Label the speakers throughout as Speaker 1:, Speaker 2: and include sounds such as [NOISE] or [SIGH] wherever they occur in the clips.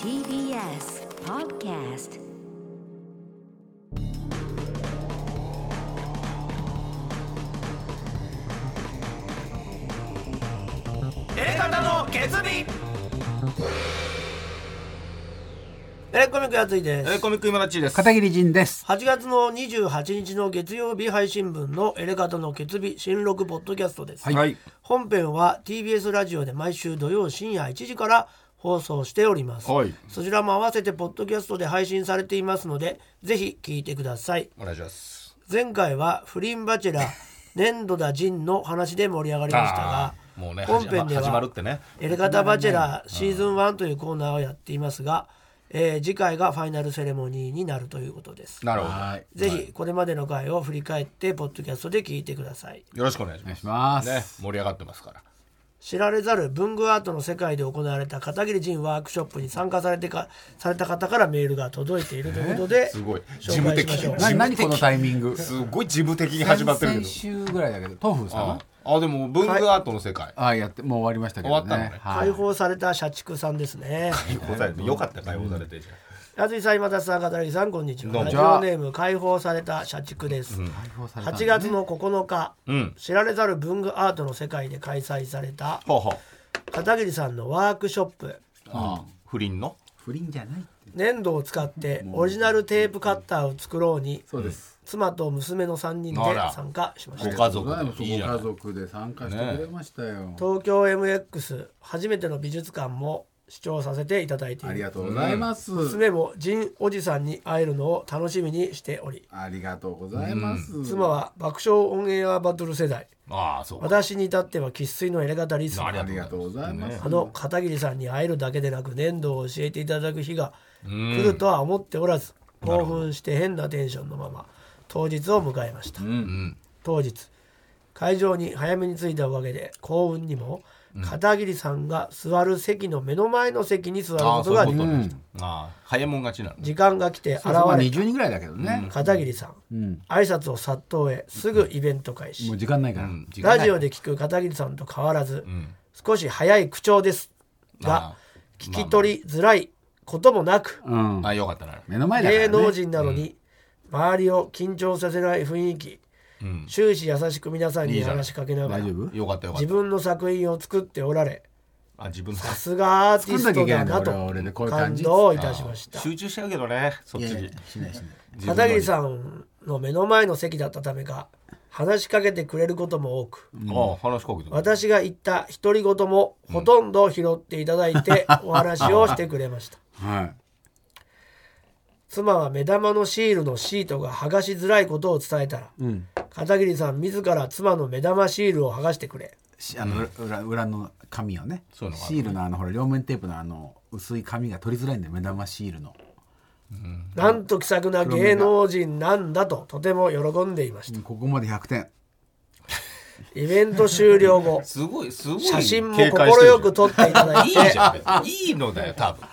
Speaker 1: TBS Podcast
Speaker 2: 方の決意エレコミックやついで
Speaker 3: えー
Speaker 2: す
Speaker 3: コミック今立ちです。
Speaker 4: 片桐仁です。
Speaker 2: 8月の28日の月曜日配信分のエレカタの決日新録ポッドキャストです、
Speaker 3: はい。はい。
Speaker 2: 本編は TBS ラジオで毎週土曜深夜1時から放送しております、
Speaker 3: はい
Speaker 2: そちらも合わせてポッドキャストで配信されていますのでぜひ聞いてください
Speaker 3: お願いします。
Speaker 2: 前回は不倫バチ
Speaker 3: [LAUGHS]
Speaker 2: ェラー粘土だ陣の話で盛り上がりましたが
Speaker 3: あーもうね
Speaker 2: 本編では
Speaker 3: 始ま始まるってね
Speaker 2: エレガタバチェラーシーズン1というコーナーをやっていますが、えー次回がファイナルセレモニーになるということです
Speaker 3: なるほど。
Speaker 4: はい
Speaker 2: ぜひこれまでの回を振り返ってポッドキャストで聞いてください
Speaker 3: よろしくお願いし
Speaker 4: お願
Speaker 3: ま
Speaker 4: い
Speaker 3: す。
Speaker 4: します。
Speaker 3: ね、盛り上がってますから。
Speaker 2: 知られざる文具アートの世界で行われた片桐仁ワークショップに参加されてかされた方からメールが届いているということで、
Speaker 3: すごい。事
Speaker 2: 紹
Speaker 3: 務
Speaker 2: 介
Speaker 3: 的。
Speaker 2: しましょう
Speaker 4: な何このタイミング。
Speaker 3: すごい事務的に始まってるけ
Speaker 4: 先
Speaker 3: ど
Speaker 4: 々。週ぐらいだけど、豆腐さん
Speaker 3: あ
Speaker 4: は。
Speaker 3: あ、でも文具アートの世界。
Speaker 4: あ、やって、もう終わりましたけどね。
Speaker 3: 終わったのね
Speaker 4: は
Speaker 2: 解
Speaker 4: い。
Speaker 2: 放された社畜さんですね
Speaker 3: 答えてよかった解放されてじゃ
Speaker 2: 安井さん今田さん片桐さんこんにち
Speaker 3: どう
Speaker 2: は
Speaker 3: も
Speaker 2: ラジオネーム解放された社畜です、
Speaker 4: 解放されたんだ
Speaker 2: 8月の9日、
Speaker 3: ん。うん。
Speaker 2: 知られざる文具アートの世界で開催された
Speaker 3: ほうほう。
Speaker 2: 片桐さんのワークショップ
Speaker 3: あー不倫の。
Speaker 4: 不倫じゃないって。
Speaker 2: 粘土を使ってオリジナルテープカッターを作ろうに
Speaker 4: そうです。
Speaker 2: 妻と娘の3人で
Speaker 3: あら
Speaker 2: 参加しまし
Speaker 3: ご
Speaker 2: た
Speaker 3: 家族
Speaker 4: そう
Speaker 3: でいいじゃな
Speaker 4: ご
Speaker 3: い
Speaker 4: 家。族で参加してくれましたよ。
Speaker 2: 東京 MX 初めての美術館も視聴させていただいて
Speaker 4: あ
Speaker 2: い
Speaker 4: り
Speaker 2: る
Speaker 4: がとうございます。
Speaker 2: 娘もジンおじさんに会えるのを楽しみにしており
Speaker 4: ありがとうございます。
Speaker 2: 妻は爆笑オンエアバトル世代
Speaker 3: ああ、そうか。
Speaker 2: 私に至っては生粋のエレガタリスナー
Speaker 4: ありがとうございます。
Speaker 2: あの片桐さんに会えるだけでなく粘土を教えていただく日が
Speaker 3: うん
Speaker 2: 来るとは思っておらず興奮して変なテンションのまま当日を迎えました、
Speaker 3: うん
Speaker 2: 当日会場に早めに着いたおかげで幸運にも片桐さんが座る席の目の前の席に座る
Speaker 3: うん。あ
Speaker 2: こと
Speaker 3: あ、そうい
Speaker 2: が
Speaker 3: うこ
Speaker 2: でき
Speaker 3: と
Speaker 2: た
Speaker 3: ね。ああ、早いもん勝ちなの。
Speaker 2: 時間が来て現
Speaker 4: そうそうまあ
Speaker 2: れ
Speaker 4: 20人ぐらいだけどね
Speaker 2: た。片桐さん、
Speaker 4: うん。
Speaker 2: 挨拶を殺到へすぐイベント開
Speaker 4: もう
Speaker 2: 始
Speaker 4: 時間ないから。
Speaker 3: うん時間
Speaker 2: ラ
Speaker 3: ない
Speaker 2: ジオで聞く片桐さんと変わらず、
Speaker 3: うん。
Speaker 2: 少し早い口調です
Speaker 3: あ
Speaker 2: が聞き取りづらいこともなく、
Speaker 4: うん
Speaker 3: あ、あよかったな。
Speaker 4: 目の前だから
Speaker 2: 芸
Speaker 4: ね。
Speaker 2: 能人なのに周りを緊張させない雰囲気
Speaker 3: うん。
Speaker 2: 終始優しく皆さん
Speaker 3: い
Speaker 2: に
Speaker 3: いじゃん
Speaker 2: 話しかけながら
Speaker 4: 大丈夫
Speaker 3: よかったよかっ
Speaker 2: 自
Speaker 3: た。
Speaker 2: 分の作品を作っておられ
Speaker 3: あ、自分の。
Speaker 2: さすがアーティストだな
Speaker 4: 作んなきゃいけないんだ俺は俺でこ
Speaker 2: と
Speaker 4: ういう感
Speaker 2: 感
Speaker 4: じ
Speaker 2: 動いたしました
Speaker 3: 集中しちゃうけどね、そっ
Speaker 4: い
Speaker 3: ち
Speaker 4: やい
Speaker 3: に
Speaker 4: や。しないしない。
Speaker 2: 片桐さんの目の前の席だったためか話しかけてくれることも多く
Speaker 3: ああ、話しかけてくれる。
Speaker 2: 私が言った独り言もほとんど拾っていただいてお話をしてくれました
Speaker 4: はい。
Speaker 2: 妻は目玉のシールのシートが剥がしづらいことを伝えたら
Speaker 4: うん。
Speaker 2: 片桐さん自ら妻の目玉シールを剥がしてくれ
Speaker 4: しあの裏裏の紙をね
Speaker 3: そういうのがある
Speaker 4: シールのあのほら両面テープのあの薄い紙が取りづらいんで目玉シールの
Speaker 2: なんと気さくな芸能人なんだととても喜んでいました
Speaker 4: ここまで100点
Speaker 2: イベント終了後
Speaker 3: すごい、すごい。
Speaker 2: 写真も快く撮っていただい
Speaker 3: いい
Speaker 2: て
Speaker 3: じゃん。いいのだよ、多分。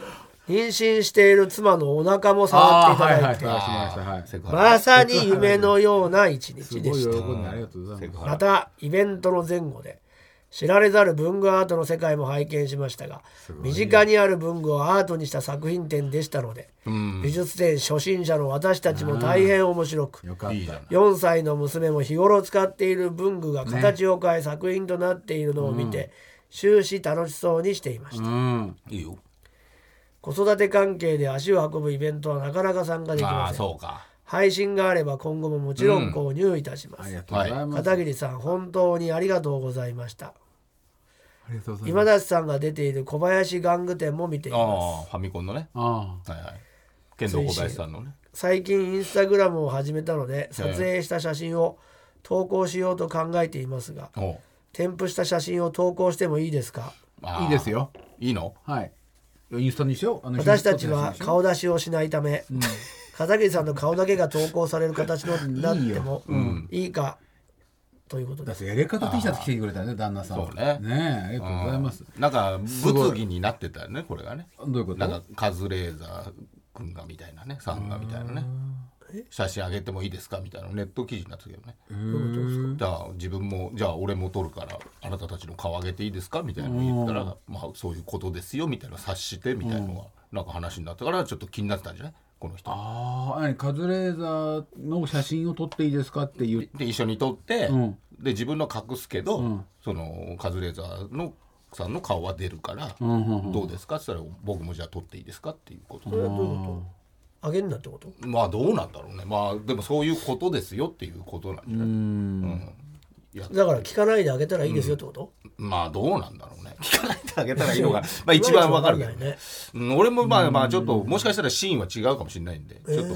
Speaker 2: 妊娠している妻のお腹も触っていただいて、
Speaker 4: はいはい
Speaker 3: セクハラ。
Speaker 2: まさに夢のような一
Speaker 4: す
Speaker 2: 日で
Speaker 4: ごい喜
Speaker 2: した
Speaker 4: んでありがとうござい
Speaker 3: セク
Speaker 4: ます
Speaker 3: ハ
Speaker 2: ま
Speaker 3: ラ。
Speaker 2: たイベントの前後で知られざる文具アートの世界も拝見しましたが身近にある文具をアートにした作品展でしたので
Speaker 3: うん。
Speaker 2: 美術展初心者の私たちも大変面白く
Speaker 4: よかっ
Speaker 3: いいじゃん。
Speaker 2: 4歳の娘も日頃使っている文具が形を変え作品となっているのを見て、終始楽しそうにしていました
Speaker 4: た、うん
Speaker 3: いいよ。
Speaker 2: 子育て関係で足を運ぶイベントはなかなか参加でき
Speaker 3: あ
Speaker 2: ま
Speaker 3: あ、
Speaker 2: せん
Speaker 3: そうか。
Speaker 2: 配信があれば今後ももちろん購入いたしま
Speaker 4: あ
Speaker 2: す、
Speaker 4: りがとうございます、
Speaker 2: 片桐さん本当にありがとうございました
Speaker 4: ありがとうございます
Speaker 2: 今田さんが出ている小林玩具店も見てい
Speaker 3: あ
Speaker 2: ます
Speaker 3: あ、ファミコンのね。
Speaker 4: あ
Speaker 3: はいはい。剣道小林さんのね。
Speaker 2: 最近インスタグラムを始めたので撮影した写真を投稿しようと考えていますが
Speaker 3: おう
Speaker 2: 添付した写真を投稿してもいいですか
Speaker 3: あ
Speaker 4: あ
Speaker 3: あ
Speaker 4: いいです。よ
Speaker 3: いいの
Speaker 4: はいインスタにしようあの
Speaker 2: 私たちは顔出しをしないため、片桐さんの顔だけが投稿される形のなって
Speaker 3: [LAUGHS]
Speaker 2: もいいかということ
Speaker 4: だ
Speaker 2: で
Speaker 4: っ
Speaker 2: す。
Speaker 4: てエレカタ T シャツ着てくれたね旦那さん
Speaker 3: そうね
Speaker 4: ねえありがとうございます
Speaker 3: なんか、物議になってたよね、これがね。
Speaker 4: どういうこと
Speaker 3: なんか、カズレーザー君がみたいなね、さんがみたいなね。写真あげてもいいですかみたいなネット記事になってたけどねじゃあ自分もじゃあ俺も撮るからあなたたちの顔あげていいですかみたいなの言ったら、まあ、そういうことですよみたいな察してみたいなのがなんか話になったからちょっと気になってたんじゃないこの人
Speaker 4: ああ、何カズレーザーの写真を撮っていいですかって言う。
Speaker 3: で一緒に撮って、
Speaker 4: ん
Speaker 3: で自分の隠すけど、そのカズレーザーのさんの顔は出るから、どうですかって言ったら僕もじゃあ撮っていいですかっていうことで、
Speaker 2: あげんなってこと
Speaker 3: まあどうなんだろうねまあでもそういうことですよっていうことなんじゃない
Speaker 2: だから聞かないであげたらいいですよってこと、
Speaker 3: まあどうなんだろうね [LAUGHS] 聞かないであげたらいい [LAUGHS] のがまあ一番わかるけど
Speaker 2: いまいちわかんないね
Speaker 3: うん俺もまあまあちょっともしかしたらシーンは違うかもしれないんでちょっと、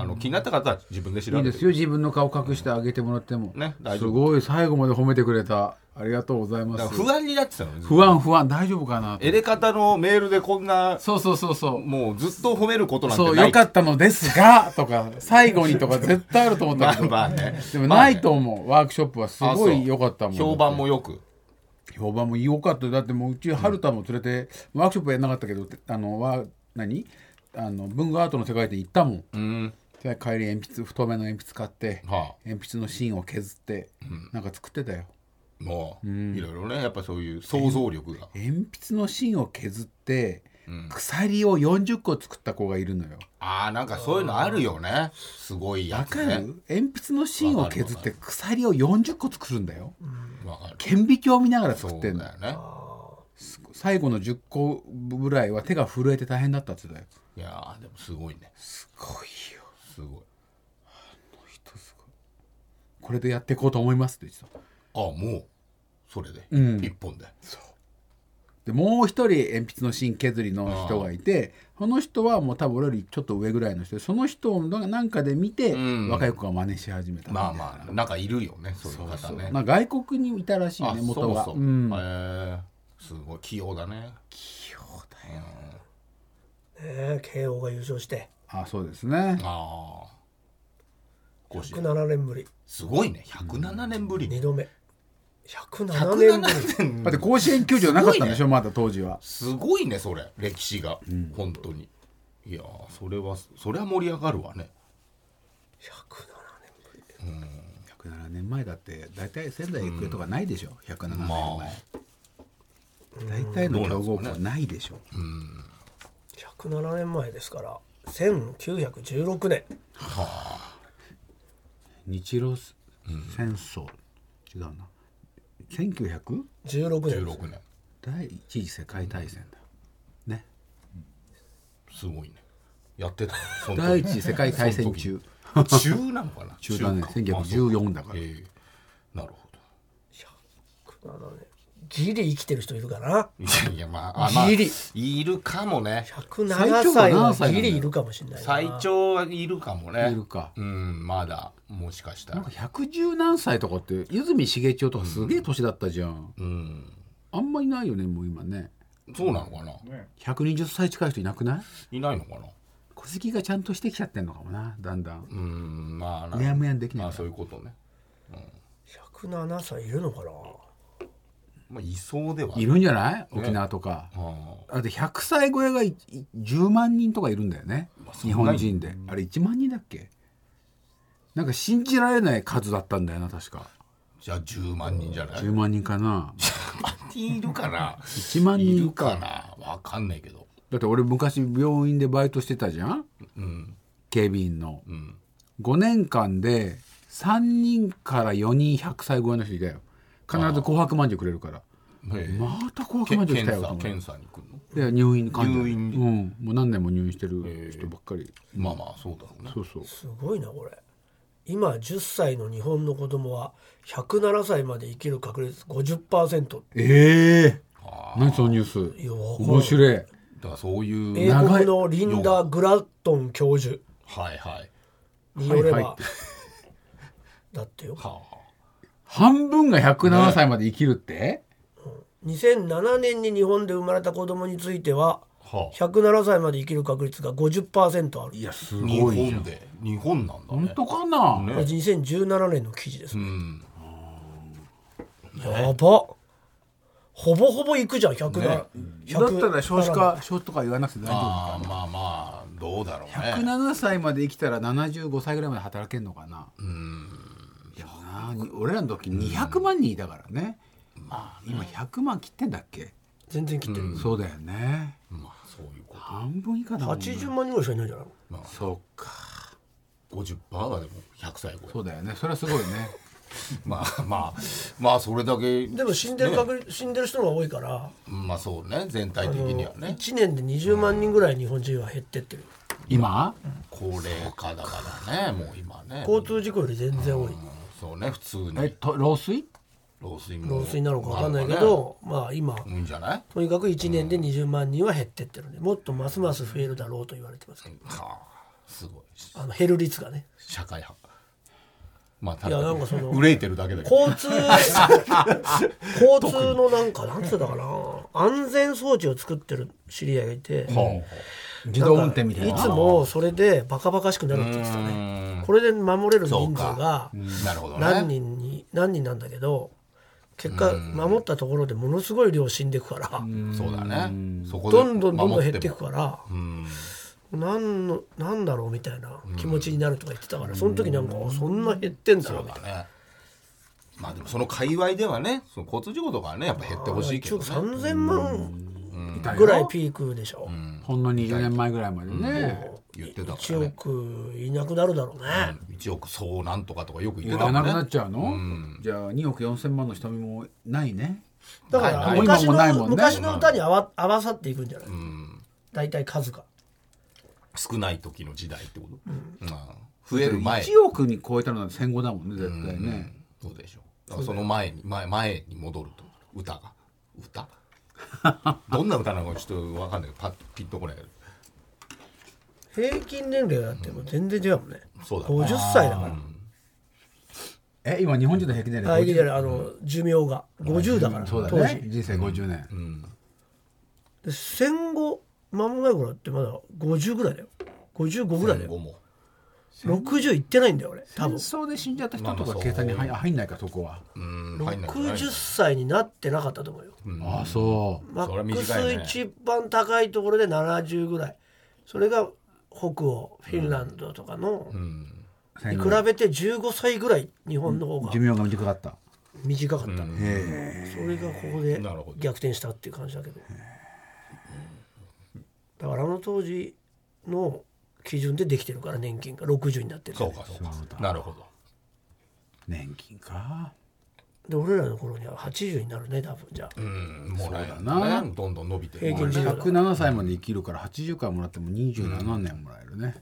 Speaker 3: あの気になった方は自分で調
Speaker 4: い
Speaker 3: べ
Speaker 4: い
Speaker 3: て
Speaker 4: ですよ自分の顔隠してあげてもらっても、
Speaker 3: ね大丈夫
Speaker 4: すごい最後まで褒めてくれたありがとうございま
Speaker 3: だから
Speaker 4: す
Speaker 3: 不安になってたのね
Speaker 4: 不安不安大丈夫かな
Speaker 3: エレカタのメールでこんな
Speaker 4: そうそうそうそう
Speaker 3: もうずっと褒めることなんてな
Speaker 4: そ
Speaker 3: いう
Speaker 4: よかったのですが [LAUGHS] とか最後にとか絶対あると思った
Speaker 3: ま
Speaker 4: け
Speaker 3: あ
Speaker 4: ど、
Speaker 3: [LAUGHS] まあね。
Speaker 4: でもないと思う、ワークショップはす
Speaker 3: まあね。
Speaker 4: ごい良かったもん
Speaker 3: あそう評判も
Speaker 4: だっ
Speaker 3: よく。
Speaker 4: て評判も良かったよだってもううち春田も連れて、ワークショップはやんなかったけどあのは何あの文具アートの世界で行ったもん
Speaker 3: うん。
Speaker 4: で帰り鉛筆太めの鉛筆買って、
Speaker 3: は
Speaker 4: 鉛筆の芯を削って、なんか作ってたよ
Speaker 3: あ、もう、いろいろね、やっぱそういう想像力が。
Speaker 4: 鉛筆の芯を削って、鎖を40個作った子がいるのよ
Speaker 3: ああ、なんかそういうのあるよね。すごいや
Speaker 4: わ
Speaker 3: つ
Speaker 4: かる、
Speaker 3: ね。
Speaker 4: 鉛筆の芯を削って鎖を40個作るんだよ
Speaker 3: わかる。
Speaker 4: 顕微鏡を見ながら
Speaker 3: そ
Speaker 4: 作っ
Speaker 3: う
Speaker 4: て
Speaker 3: だ
Speaker 4: ん
Speaker 3: よ
Speaker 4: の
Speaker 3: ね。
Speaker 4: 最後の10個ぐらいは手が震えて大変だったって言ってたよ
Speaker 3: いやーでもすごいね。す
Speaker 4: すごいよ
Speaker 3: ごい。
Speaker 4: 人すごいこれでやっていこうと思いますって言ってた
Speaker 3: ああ、もう、それで。
Speaker 4: ん
Speaker 3: 一本で。
Speaker 4: でもう一人鉛筆の芯削りの人がいてその人はもう多分俺よりちょっと上ぐらいの人でその人をなんかで見て、
Speaker 3: ん
Speaker 4: 若い子が真似し始めたみたい
Speaker 3: ま
Speaker 4: な
Speaker 3: あまあ、なんかいるよね、そういう方ね。
Speaker 4: まあ、外国にいたらしい
Speaker 3: あ、
Speaker 4: ね
Speaker 3: そ
Speaker 4: 元
Speaker 3: う
Speaker 4: が
Speaker 3: そう。へ
Speaker 4: ん、
Speaker 3: え。すごい、器用だね。
Speaker 4: 器用だよ
Speaker 2: ええ慶応が優勝して
Speaker 4: あそうですね
Speaker 3: ああ。甲子園
Speaker 2: 107年ぶり
Speaker 3: すごいね。107年ぶり。
Speaker 2: 2度目107年ぶり
Speaker 3: 107年
Speaker 4: だって甲子園球場なかったんでしょ、まだ当時は
Speaker 3: すごいねそれ歴史が、本当にいやーそれはそれは盛り上がるわね
Speaker 4: 107年前だって大体仙台育英とかないでしょ、107年前、大体の強豪校ないでしょ、
Speaker 2: 107年前ですから1916年
Speaker 4: 日露戦争、違うな 1900?
Speaker 2: 16年です
Speaker 3: 16年
Speaker 4: 第一次世界大戦だよね
Speaker 3: すごいねやってたねその時
Speaker 4: 第一次世界大戦中
Speaker 3: その時中なのかな
Speaker 4: [LAUGHS] 中だね
Speaker 3: か
Speaker 4: 1914だか
Speaker 3: あ
Speaker 4: ら
Speaker 3: そうええなるほど
Speaker 2: 107年ギリ生きてる人いるかない
Speaker 3: やいやまああまあ
Speaker 2: ギリ
Speaker 3: いるかもね
Speaker 2: 107歳はギリいるかもしれないな
Speaker 3: 最長はいるかもね
Speaker 4: いるか
Speaker 3: うんまだもしかした
Speaker 4: なん
Speaker 3: ら
Speaker 4: か110何歳とかって泉重千代とかすげえ年だったじゃん、
Speaker 3: うん
Speaker 4: あんまいないよねもう今ね
Speaker 3: そうなのかな
Speaker 4: 120歳近い人いなくない
Speaker 3: いないのかな
Speaker 4: 戸籍がちゃんとしてきちゃってんのかもなだんだん
Speaker 3: うんまあな
Speaker 4: うやむやんできない
Speaker 3: まあそういうことね
Speaker 2: 107歳いるのかな
Speaker 3: まあいそうではあ
Speaker 4: い
Speaker 3: る
Speaker 4: るんじゃない沖縄とか、
Speaker 3: あ
Speaker 4: あで100歳超えがいい10万人とかいるんだよね日本人であれ1万人だっけなんか信じられない数だったんだよな確か
Speaker 3: ーじゃあ10万人じゃない
Speaker 4: 10万人かな
Speaker 3: パティいるかな
Speaker 4: 1万
Speaker 3: い
Speaker 4: 人
Speaker 3: るかなわかんないけど。
Speaker 4: だって俺昔病院でバイトしてたじゃん
Speaker 3: うん。
Speaker 4: 警備員の
Speaker 3: うん。
Speaker 4: 5年間で3人から4人100歳超えの人いたよ必ず紅白まんじゅうくれるから
Speaker 3: え
Speaker 4: また紅
Speaker 3: け
Speaker 4: 白まんじゅ
Speaker 3: 検
Speaker 4: う来たよと
Speaker 3: 査、
Speaker 4: 思って
Speaker 3: 検査に来るの
Speaker 4: で入院患者
Speaker 3: 入院
Speaker 4: うん、もう何年も入院してる人ばっかり、
Speaker 3: まあまあ、そうだろうね。
Speaker 4: そうそう
Speaker 2: すごいなこれ今10歳の日本の子供は107歳まで生きる確率50%
Speaker 4: ええ何そのニュース
Speaker 2: いやわかんない
Speaker 4: 面白い
Speaker 3: だからそういう、
Speaker 2: 英
Speaker 4: な
Speaker 2: 国のリンダ・グラットン教授
Speaker 3: はいはい。
Speaker 2: によれば、
Speaker 4: はいはいって
Speaker 2: だってよ
Speaker 3: は
Speaker 4: 半分が107歳まで生きるって、
Speaker 2: 2007年に日本で生まれた子供については
Speaker 3: あ。はあ。
Speaker 2: 107歳まで生きる確率が50%ある
Speaker 4: いやす
Speaker 3: 日
Speaker 4: ごいじゃ
Speaker 3: 本
Speaker 4: ん
Speaker 3: で。日本なんだ
Speaker 4: 本
Speaker 3: ね。
Speaker 4: 当かな、
Speaker 3: ね
Speaker 2: 2017年の記事です、
Speaker 3: うん。
Speaker 2: やばほぼほぼいくじゃん107、
Speaker 3: ね
Speaker 4: だったら少子化少子とか言わなくて大丈夫
Speaker 3: ああ、まあまあ、どうだろうね
Speaker 4: 107歳まで生きたら75歳ぐらいまで働けんのかなうんいやなに俺らの時200万人いたからね、まあ、今100万切ってんだっけ、
Speaker 2: 全然切ってる、
Speaker 4: そうだよね
Speaker 3: まあそういうこ
Speaker 4: 半分以下だもんな
Speaker 2: 80万人ぐらいしかいないんじゃないの
Speaker 4: そっか
Speaker 3: と50%がでも100歳超え
Speaker 4: そうだよねそれはすごいね
Speaker 3: まあまあまあそれだけ
Speaker 2: でも死んでる確率、死んでる人の方が多いから
Speaker 3: まあそうね全体的にはね
Speaker 2: 1年で20万人ぐらい日本人は減ってってる
Speaker 4: [LAUGHS] 今
Speaker 3: 高齢化だからねもう今ね
Speaker 2: 交通事故より全然多い
Speaker 3: そうね普通
Speaker 4: え
Speaker 3: に
Speaker 4: と老衰
Speaker 3: 老衰も
Speaker 2: 老衰なのか分かんないけ
Speaker 3: あるからね
Speaker 2: どまあ今
Speaker 3: いいんじゃない
Speaker 2: とにかく1年で20万人は減ってってるんでもっとますます増えるだろうと言われてますけど
Speaker 3: はあすごい
Speaker 2: あの減る率がね
Speaker 3: 社会派まあた
Speaker 2: いやなんかその
Speaker 3: 憂いてるだけだけど
Speaker 2: 交 [LAUGHS] 通交通のなんかなんつったかな安全装置を作ってる知り合いがいて
Speaker 3: は
Speaker 4: 自動運転みたい
Speaker 2: い
Speaker 4: な
Speaker 2: つもそれでバカバカしくなるって言ってた
Speaker 3: あう
Speaker 2: ね
Speaker 3: ん
Speaker 2: これで守れる
Speaker 3: そう
Speaker 2: 人数が
Speaker 3: かなるほどね
Speaker 2: 何人に何人なんだけど結果守ったところでものすごい量死んでいくから
Speaker 3: そうだねそこで
Speaker 2: どんどんどんどん減っていく
Speaker 3: ら
Speaker 2: から
Speaker 3: うん
Speaker 2: なんのなんだろうみたいな気持ちになるとか言ってたからその時なんかあそんな減ってんだ
Speaker 3: そう
Speaker 2: みたいな
Speaker 3: だねまあでもその界隈ではねその交通事故とかはねやっぱ減ってほしいけ
Speaker 2: 一
Speaker 3: ど
Speaker 2: 応
Speaker 3: ね
Speaker 2: 3000万
Speaker 4: いたよ
Speaker 2: ぐらいピークでしょ
Speaker 4: ほんの20年前ぐらいまでね、
Speaker 3: 言ってたから
Speaker 2: 1
Speaker 3: ね
Speaker 2: 億いなくなるだろうね
Speaker 3: 1億そうなんとかとかよく言って
Speaker 4: 売
Speaker 3: たも
Speaker 4: ら
Speaker 3: ん
Speaker 4: な
Speaker 3: ね
Speaker 4: くなっちゃうの、じゃあ2億4000万の人見もないね
Speaker 2: だか
Speaker 3: は
Speaker 2: ら
Speaker 3: いはい
Speaker 2: 昔
Speaker 4: 今もないもん
Speaker 2: の
Speaker 4: ね
Speaker 2: 昔の歌に合わ合わさっていくんじゃない大体数が
Speaker 3: 少ない時の時代ってこと、まあ、増える前
Speaker 4: 1億に超えたのは戦後だもんね絶対ね、
Speaker 3: そうでしょうだからその前に前前に戻ると歌が
Speaker 4: [LAUGHS]
Speaker 3: 歌どんな歌なのかちょっとわかんないけどパッとピッとこないけど
Speaker 2: 平均年齢だってもう全然違うもんね
Speaker 3: そうだね
Speaker 2: 50歳だから
Speaker 4: え今日本人の平均年
Speaker 2: あ
Speaker 4: 齢
Speaker 2: いやい
Speaker 4: 50
Speaker 2: やあの寿命が50だから
Speaker 4: そう
Speaker 2: 当
Speaker 4: だね
Speaker 2: 時
Speaker 4: 人生50年、
Speaker 2: で戦後間もない頃ってまだ50ぐらいだよ55ぐらいだ
Speaker 3: 今後
Speaker 2: よ
Speaker 3: も
Speaker 2: 60いってないんだよ俺多
Speaker 4: 戦
Speaker 2: 分
Speaker 4: 争で死んじゃった人
Speaker 3: まあ
Speaker 4: と
Speaker 3: まあそ
Speaker 4: か
Speaker 3: う
Speaker 4: 計算に入入んないかそこは、
Speaker 3: うん入んないんじゃない
Speaker 2: 60歳になってなかったと思うよ
Speaker 4: ああそう
Speaker 2: マ
Speaker 3: それは
Speaker 2: ック
Speaker 3: 短いね
Speaker 2: ス一番高いところで70ぐらいそれが北欧フィンランドとかのに比べて15歳ぐらい日本の方が
Speaker 4: 寿命が短かった
Speaker 2: 短かった、
Speaker 4: へ
Speaker 2: それがここで
Speaker 3: なるほど
Speaker 2: 逆転したっていう感じだけどだからあの当時の基準でできてるから年金が60になってる
Speaker 3: そうかそうかなるほど
Speaker 4: 年金か
Speaker 2: で俺らの頃には80になるね多分じゃあ、
Speaker 3: うんもらえる
Speaker 4: そうだ
Speaker 3: ねどんどん伸びて
Speaker 2: 平均寿命だ
Speaker 4: 107歳まで生きるから80回もらっても27年もらえる [LAUGHS] ね、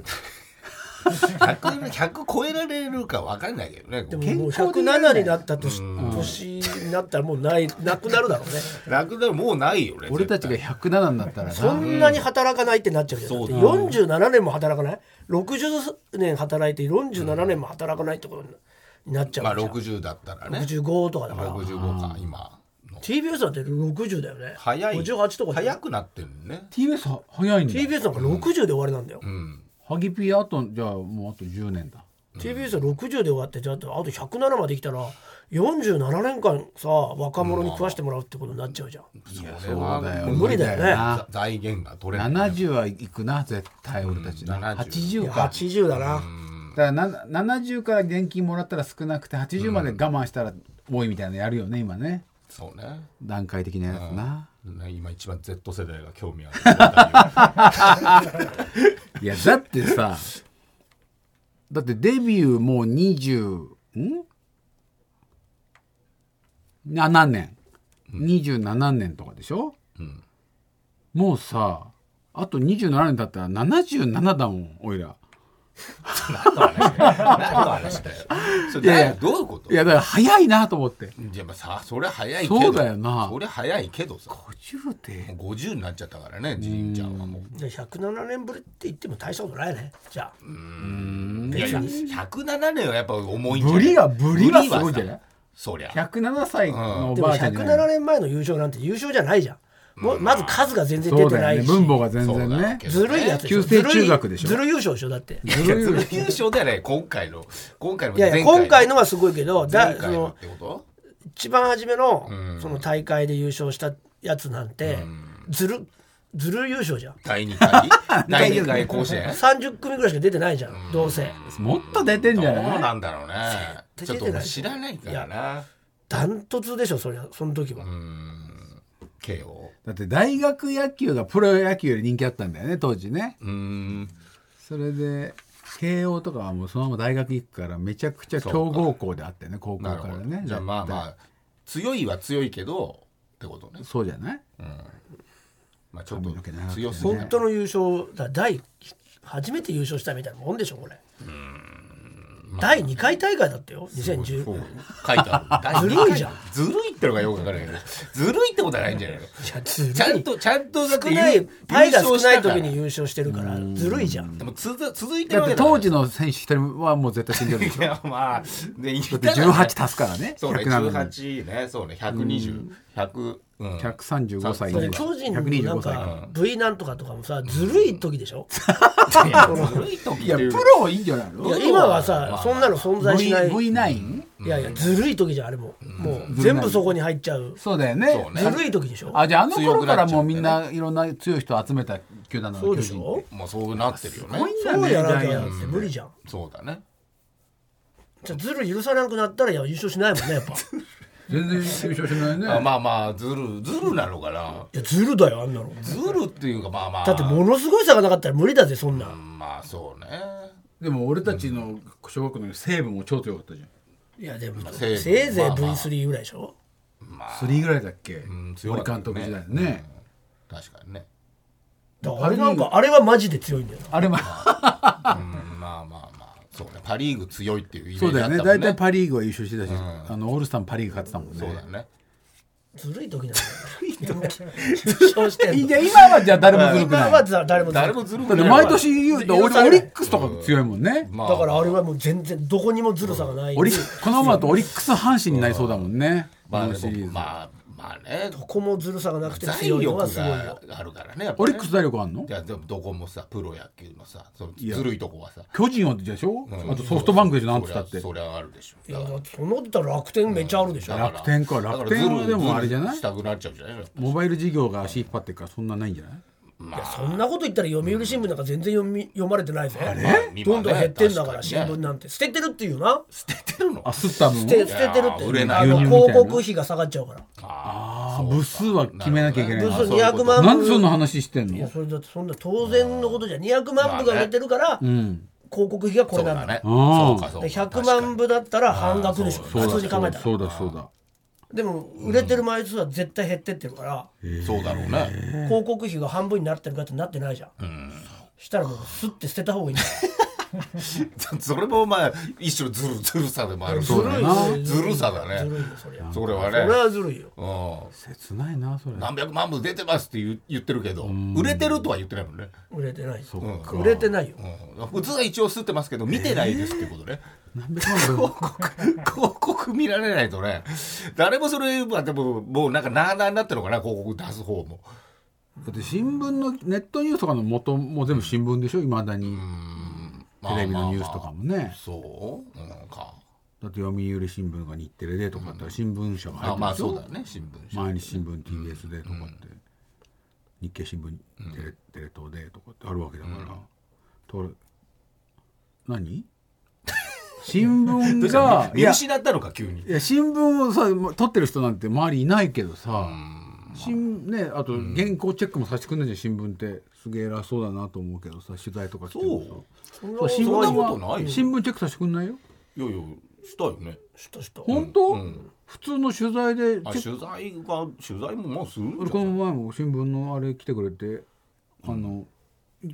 Speaker 3: 100, 100超えられるかわかんないけどね
Speaker 2: でももう
Speaker 4: 健康でいられな
Speaker 2: 107
Speaker 4: い
Speaker 2: になったとし年になったらもうないなくなるだろうね
Speaker 3: 楽だもうないよね
Speaker 4: 俺たちが107になったら
Speaker 2: そ
Speaker 4: なん
Speaker 2: なに働かないってなっちゃうじゃんだって47年も働かない60年働いて47年も働かないってことになっちゃ
Speaker 3: ま
Speaker 2: う
Speaker 3: あ
Speaker 2: じゃん、
Speaker 3: 60だったらね
Speaker 2: 65とかだから
Speaker 3: 65か今の
Speaker 2: TBS だって60だよね
Speaker 3: 早い
Speaker 2: 58とかだ
Speaker 3: 早
Speaker 2: よ
Speaker 3: くなってるね
Speaker 4: TBS は早いんだ
Speaker 2: TBS なんか60で終わりなんだよ、
Speaker 4: ハギピーあとじゃあもうあと10年だ
Speaker 2: TBS は60で終わってじゃああと107まで来たら47年間さ若者に食わしてもらうってことになっちゃうじゃん、
Speaker 3: いや
Speaker 4: そうだよ
Speaker 2: 無理だよね
Speaker 4: な
Speaker 3: 財源が取れない
Speaker 4: 70はいくな絶対俺たちね
Speaker 3: うん70
Speaker 4: 80か
Speaker 2: 80だな、
Speaker 4: だからな70から現金もらったら少なくて80まで我慢したら多いみたいなのやるよね今ね
Speaker 3: そうね
Speaker 4: 段階的なやつな、
Speaker 3: ね今一番 Z 世代が興味あ
Speaker 4: いやだってさだってデビューもう20ん ?7 年27年とかでしょ、もうさあと27年だったら77だもんおいら
Speaker 3: る何の話だよそれ
Speaker 4: いやいや
Speaker 3: 何どういうこと
Speaker 4: いやだから早いなと思って
Speaker 3: いやまあさそれ早いけど
Speaker 4: そうだよな
Speaker 3: それ早いけどさ
Speaker 4: 50
Speaker 3: も
Speaker 4: で
Speaker 3: う50になっちゃったからねじいちゃんはもう
Speaker 2: じゃあ107年ぶりって言っても大したことないねじゃあ
Speaker 3: いやいや107年はやっぱ重いんじゃな
Speaker 4: ブ
Speaker 3: い
Speaker 4: リがブリがすごいんじ
Speaker 3: ブ
Speaker 4: ゃ
Speaker 3: リ
Speaker 4: な
Speaker 3: はいさそりゃ
Speaker 4: 107歳のお
Speaker 2: でも
Speaker 4: ばあちゃんじゃない
Speaker 2: 107年前の優勝なんて優勝じゃないじゃん、もうまず数が全然
Speaker 4: そ
Speaker 2: 出
Speaker 4: う
Speaker 2: て
Speaker 4: だ
Speaker 2: ない
Speaker 4: よね
Speaker 2: し、
Speaker 4: 分母が全
Speaker 3: そう
Speaker 4: 然
Speaker 3: だ
Speaker 4: ね
Speaker 3: けど
Speaker 2: ずるいやつでしょ
Speaker 4: 旧制中学でしょ
Speaker 2: ずるいずる優勝でしょだって
Speaker 3: いやずる優勝ではない今回の今回の
Speaker 2: いやいや今回のはすごいけどだ
Speaker 3: 前
Speaker 2: そ
Speaker 3: 回の
Speaker 2: の
Speaker 3: ってこと
Speaker 2: 一番初めのその大会で優勝したやつなんて、ずるずる優勝じゃん
Speaker 3: 第2回第2回甲子園
Speaker 2: 30組ぐらいしか出てないじゃんどうせ
Speaker 4: もっと出てん
Speaker 3: どう
Speaker 4: じゃない
Speaker 3: なんだろうね
Speaker 2: 絶
Speaker 3: ちょ
Speaker 2: 対出て
Speaker 3: っと
Speaker 2: な
Speaker 3: 俺
Speaker 2: い
Speaker 3: 知らないからな
Speaker 2: ダントツでしょそりゃその時は、
Speaker 3: 慶応
Speaker 4: だって大学野球がプロ野球より人気あったんだよね当時ね
Speaker 3: うーん
Speaker 4: それで慶応とかはもうそのまま大学行くからめちゃくちゃ強豪校であってね高校
Speaker 3: な
Speaker 4: か
Speaker 3: る
Speaker 4: ら
Speaker 3: ほど
Speaker 4: ね
Speaker 3: じゃあまあまあ強いは強いけどってことね
Speaker 4: そうじゃない
Speaker 3: まあちょっと
Speaker 4: 髪の毛長くてね
Speaker 3: 強すぎ
Speaker 2: 本当の優勝だ第初めて優勝したみたいなもんでしょこれ、第2回大会だったよ
Speaker 3: そう
Speaker 2: 2010
Speaker 3: 書いてある
Speaker 2: ずるいじゃん
Speaker 3: ずるいってのがよくわからないけどずるいってことはないんじゃないの
Speaker 2: いやずるい
Speaker 3: ちゃんとちゃんとだって
Speaker 2: 少ない
Speaker 3: 優
Speaker 2: パイが
Speaker 3: 優
Speaker 2: 少な
Speaker 3: 勝
Speaker 2: い
Speaker 3: したか
Speaker 2: 時
Speaker 3: ら
Speaker 2: に優勝してるからずるいじゃん
Speaker 3: でもつづ続いてる
Speaker 4: だっ
Speaker 3: わけ
Speaker 4: て
Speaker 3: だから
Speaker 4: 当時の選手一人はもう絶対死んでるでし
Speaker 3: い
Speaker 4: ょ
Speaker 3: やまあで
Speaker 4: だって18足すからね
Speaker 3: そうね
Speaker 4: 107
Speaker 3: 18ねそうね120100うん
Speaker 4: 135歳
Speaker 2: で
Speaker 4: に
Speaker 2: 巨人のなん
Speaker 4: 125歳
Speaker 2: か V なんとかとかもさずるい時でしょ
Speaker 3: いやずるい時
Speaker 4: いや
Speaker 3: ってい
Speaker 4: プ
Speaker 3: う
Speaker 4: ロいいんじゃないの
Speaker 2: いや
Speaker 3: うん
Speaker 2: 今はさ、
Speaker 3: まあ
Speaker 2: そんなの存在しない、
Speaker 4: V- V9
Speaker 2: いやいやずるい時じゃんあれも、もう全部そこに入っちゃう
Speaker 4: そうだよね
Speaker 3: そうね
Speaker 2: ずるい時でしょ
Speaker 4: あじゃああの頃からもうみん
Speaker 3: 強くなっちゃ
Speaker 4: なうんいろんな強い人を集めた球団なの
Speaker 2: そうでし
Speaker 4: 巨人
Speaker 2: ょ
Speaker 3: もうそうなってるよね
Speaker 4: ごいな
Speaker 2: そうやらなき
Speaker 4: ジャイ
Speaker 2: ゃ
Speaker 4: ア
Speaker 2: だ
Speaker 4: ン
Speaker 2: っ
Speaker 4: ツ
Speaker 2: て無理じゃん
Speaker 3: そうだね
Speaker 2: じゃあずるい許さなくなったらいや優勝しないもんねやっぱい
Speaker 4: 全然優勝しないね
Speaker 3: あまあまあずるずるなのかな
Speaker 2: やずるだよあんなの
Speaker 3: ずるっていうかまあまあ
Speaker 2: だってものすごい差がなかったら無理だぜそんな、
Speaker 3: まあそうね
Speaker 4: でも俺たちの小学校の西武も超強かったじゃん
Speaker 2: いやでも
Speaker 3: せ
Speaker 2: せ
Speaker 3: い
Speaker 2: いぜい
Speaker 3: まあまあ
Speaker 2: V3 ぐらいでしょ、
Speaker 4: 3ぐらいだっけ
Speaker 3: ん強か
Speaker 4: 森
Speaker 3: ったね
Speaker 4: 監督時代ね
Speaker 3: 確かにね
Speaker 2: だからあれなんかあれはマジで強いんだよな
Speaker 4: あれま
Speaker 3: うんまあまあまあそうねパ・リーグ強いっていうイメ
Speaker 4: [LAUGHS] そ
Speaker 3: ー
Speaker 4: う
Speaker 3: ジ
Speaker 4: だ
Speaker 3: だ
Speaker 4: よ
Speaker 3: ったも
Speaker 4: ね大
Speaker 3: んね
Speaker 4: 体パ・リーグは優勝してたしあのオールスターもパ・リーグ勝ってたもん
Speaker 3: そうだ
Speaker 4: ね
Speaker 3: ね
Speaker 2: ずるい時なんだよ優勝してん
Speaker 4: い
Speaker 2: の
Speaker 4: や今はじゃあ誰もずるく
Speaker 2: 今
Speaker 4: ない
Speaker 2: は
Speaker 4: だ
Speaker 2: ざ誰もずるい
Speaker 3: 誰もずるく
Speaker 4: って
Speaker 3: ない
Speaker 4: 毎年言うと
Speaker 2: 許
Speaker 4: 俺
Speaker 2: さない
Speaker 4: オリックスとか強いもんね
Speaker 3: まあ
Speaker 2: だからあれはもう全然どこにもずるさがない、
Speaker 4: オリ
Speaker 2: ど
Speaker 4: このままだとオリックス阪神になりそうだもんね
Speaker 3: まあ
Speaker 4: この
Speaker 3: で
Speaker 4: シリー
Speaker 3: も
Speaker 4: ズ
Speaker 3: まあまあね
Speaker 2: こもずるさがなくて
Speaker 3: 財
Speaker 2: 強い
Speaker 3: 力
Speaker 2: のはすごい
Speaker 3: が
Speaker 2: よ
Speaker 3: あるからねやっぱね
Speaker 4: オリックス体力あんの
Speaker 3: いやでもどこもさプロ野球のさそのずるいとこはさ
Speaker 4: 巨人はでしょ、
Speaker 3: うん
Speaker 4: あとソフトバンクでなんつったって
Speaker 3: そりゃそりゃあるでしょ
Speaker 2: いやだってそんなこと言ったら楽天めっちゃあるでしょ、
Speaker 3: だら
Speaker 4: 楽天か
Speaker 3: だら
Speaker 4: 楽天は
Speaker 3: ずる
Speaker 4: でもあれじゃない
Speaker 3: したくなっちゃうじゃない
Speaker 4: モバイル事業が足引っ張ってるからそんなないんじゃない
Speaker 3: ま
Speaker 2: いやそんなこと言ったら読売新聞なんか全然読み読まれてないぜ、
Speaker 3: れ
Speaker 2: どんどん減ってんだから
Speaker 3: 確
Speaker 2: 新
Speaker 3: かにね
Speaker 2: 聞なんて捨ててるっていうな捨
Speaker 3: 出てるの
Speaker 4: あスッタム
Speaker 2: て
Speaker 4: も
Speaker 2: 捨ててるって
Speaker 3: いやー売れない
Speaker 2: あの
Speaker 4: 輸入みたい
Speaker 2: 広
Speaker 4: な
Speaker 2: 告費が下がっちゃうから
Speaker 4: ああ部数は決めなきゃいけない
Speaker 2: 部
Speaker 4: な
Speaker 2: 数
Speaker 3: そういうこ
Speaker 2: 200
Speaker 3: と
Speaker 2: 万部
Speaker 4: なんでそんな話してん
Speaker 2: いや
Speaker 4: の
Speaker 2: それだってそんな当然のことじゃん200万部が売れてるから、広告費がこ
Speaker 3: そ
Speaker 2: れ
Speaker 3: う
Speaker 2: なん
Speaker 3: だ
Speaker 2: だ
Speaker 3: ね
Speaker 4: う
Speaker 3: そ
Speaker 4: ん
Speaker 3: うかそうか
Speaker 2: で100万部だったら半額でしょ
Speaker 3: あー
Speaker 2: 普通に考えた
Speaker 4: そ
Speaker 2: ら
Speaker 4: うだそうだ
Speaker 2: でも売れてる枚数は絶対減ってってるから、
Speaker 3: 確かにそうだろうね
Speaker 2: 広告費が半分になってるかってなってないじゃん、したらもうすって捨てた方がいいんだよ
Speaker 3: [LAUGHS] それもまあ一種ずるずるさでもある
Speaker 2: ずるいよ
Speaker 3: ずるさだね
Speaker 2: ずるいよそりゃ
Speaker 3: それは
Speaker 2: それ
Speaker 3: ね
Speaker 2: はずるいよ
Speaker 3: うん
Speaker 4: 切ないなそれ
Speaker 3: 何百万部出てますって言う言ってるけど売れてるとは言ってないもんね
Speaker 2: 売れてないよ
Speaker 4: っか
Speaker 2: 売れてないよ
Speaker 3: うん普通は一応吸ってますけど見てないですっていうこと
Speaker 4: [LAUGHS]
Speaker 3: ね
Speaker 4: 何百万部
Speaker 3: 広告見られないとね誰もそれはでももうなんかなあなあになってるのかな広告出す方も
Speaker 4: [LAUGHS] だって新聞のネットニュースとかの元も全部新聞でしょいまだにテレビのニュースとかもね
Speaker 3: そうなんか
Speaker 4: だって読売新聞が日テレでとかあったら新聞社が入
Speaker 3: あ
Speaker 4: って
Speaker 3: ま
Speaker 4: ま
Speaker 3: あ
Speaker 4: す
Speaker 3: そう
Speaker 4: よ
Speaker 3: だね新聞社
Speaker 4: 毎日新聞 TBS でとかって日経新聞テレテレ東でとかってあるわけだからとる何新聞がい
Speaker 3: 見
Speaker 4: や
Speaker 3: 失ったのか急に
Speaker 4: いや新聞をさもう撮ってる人なんて周りいないけどさ新ねあと原稿チェックもさせてくんないじゃん新聞ってすげえ偉そうだなと思うけどさ取材とかしてもさ
Speaker 2: そ
Speaker 3: そう
Speaker 2: んな
Speaker 4: そう新聞
Speaker 3: そんなこと
Speaker 4: は
Speaker 3: ないよ
Speaker 4: 新聞チェックさせてくんないよ
Speaker 3: いやいやしたよね
Speaker 2: 人人
Speaker 4: 本当、普通の取材で
Speaker 3: あ
Speaker 4: チェ
Speaker 3: 取
Speaker 4: ッ
Speaker 3: 材が取材もまあするん
Speaker 4: 俺
Speaker 3: じゃ
Speaker 4: こ
Speaker 3: ん
Speaker 4: の前も新聞のあれ来てくれて「あの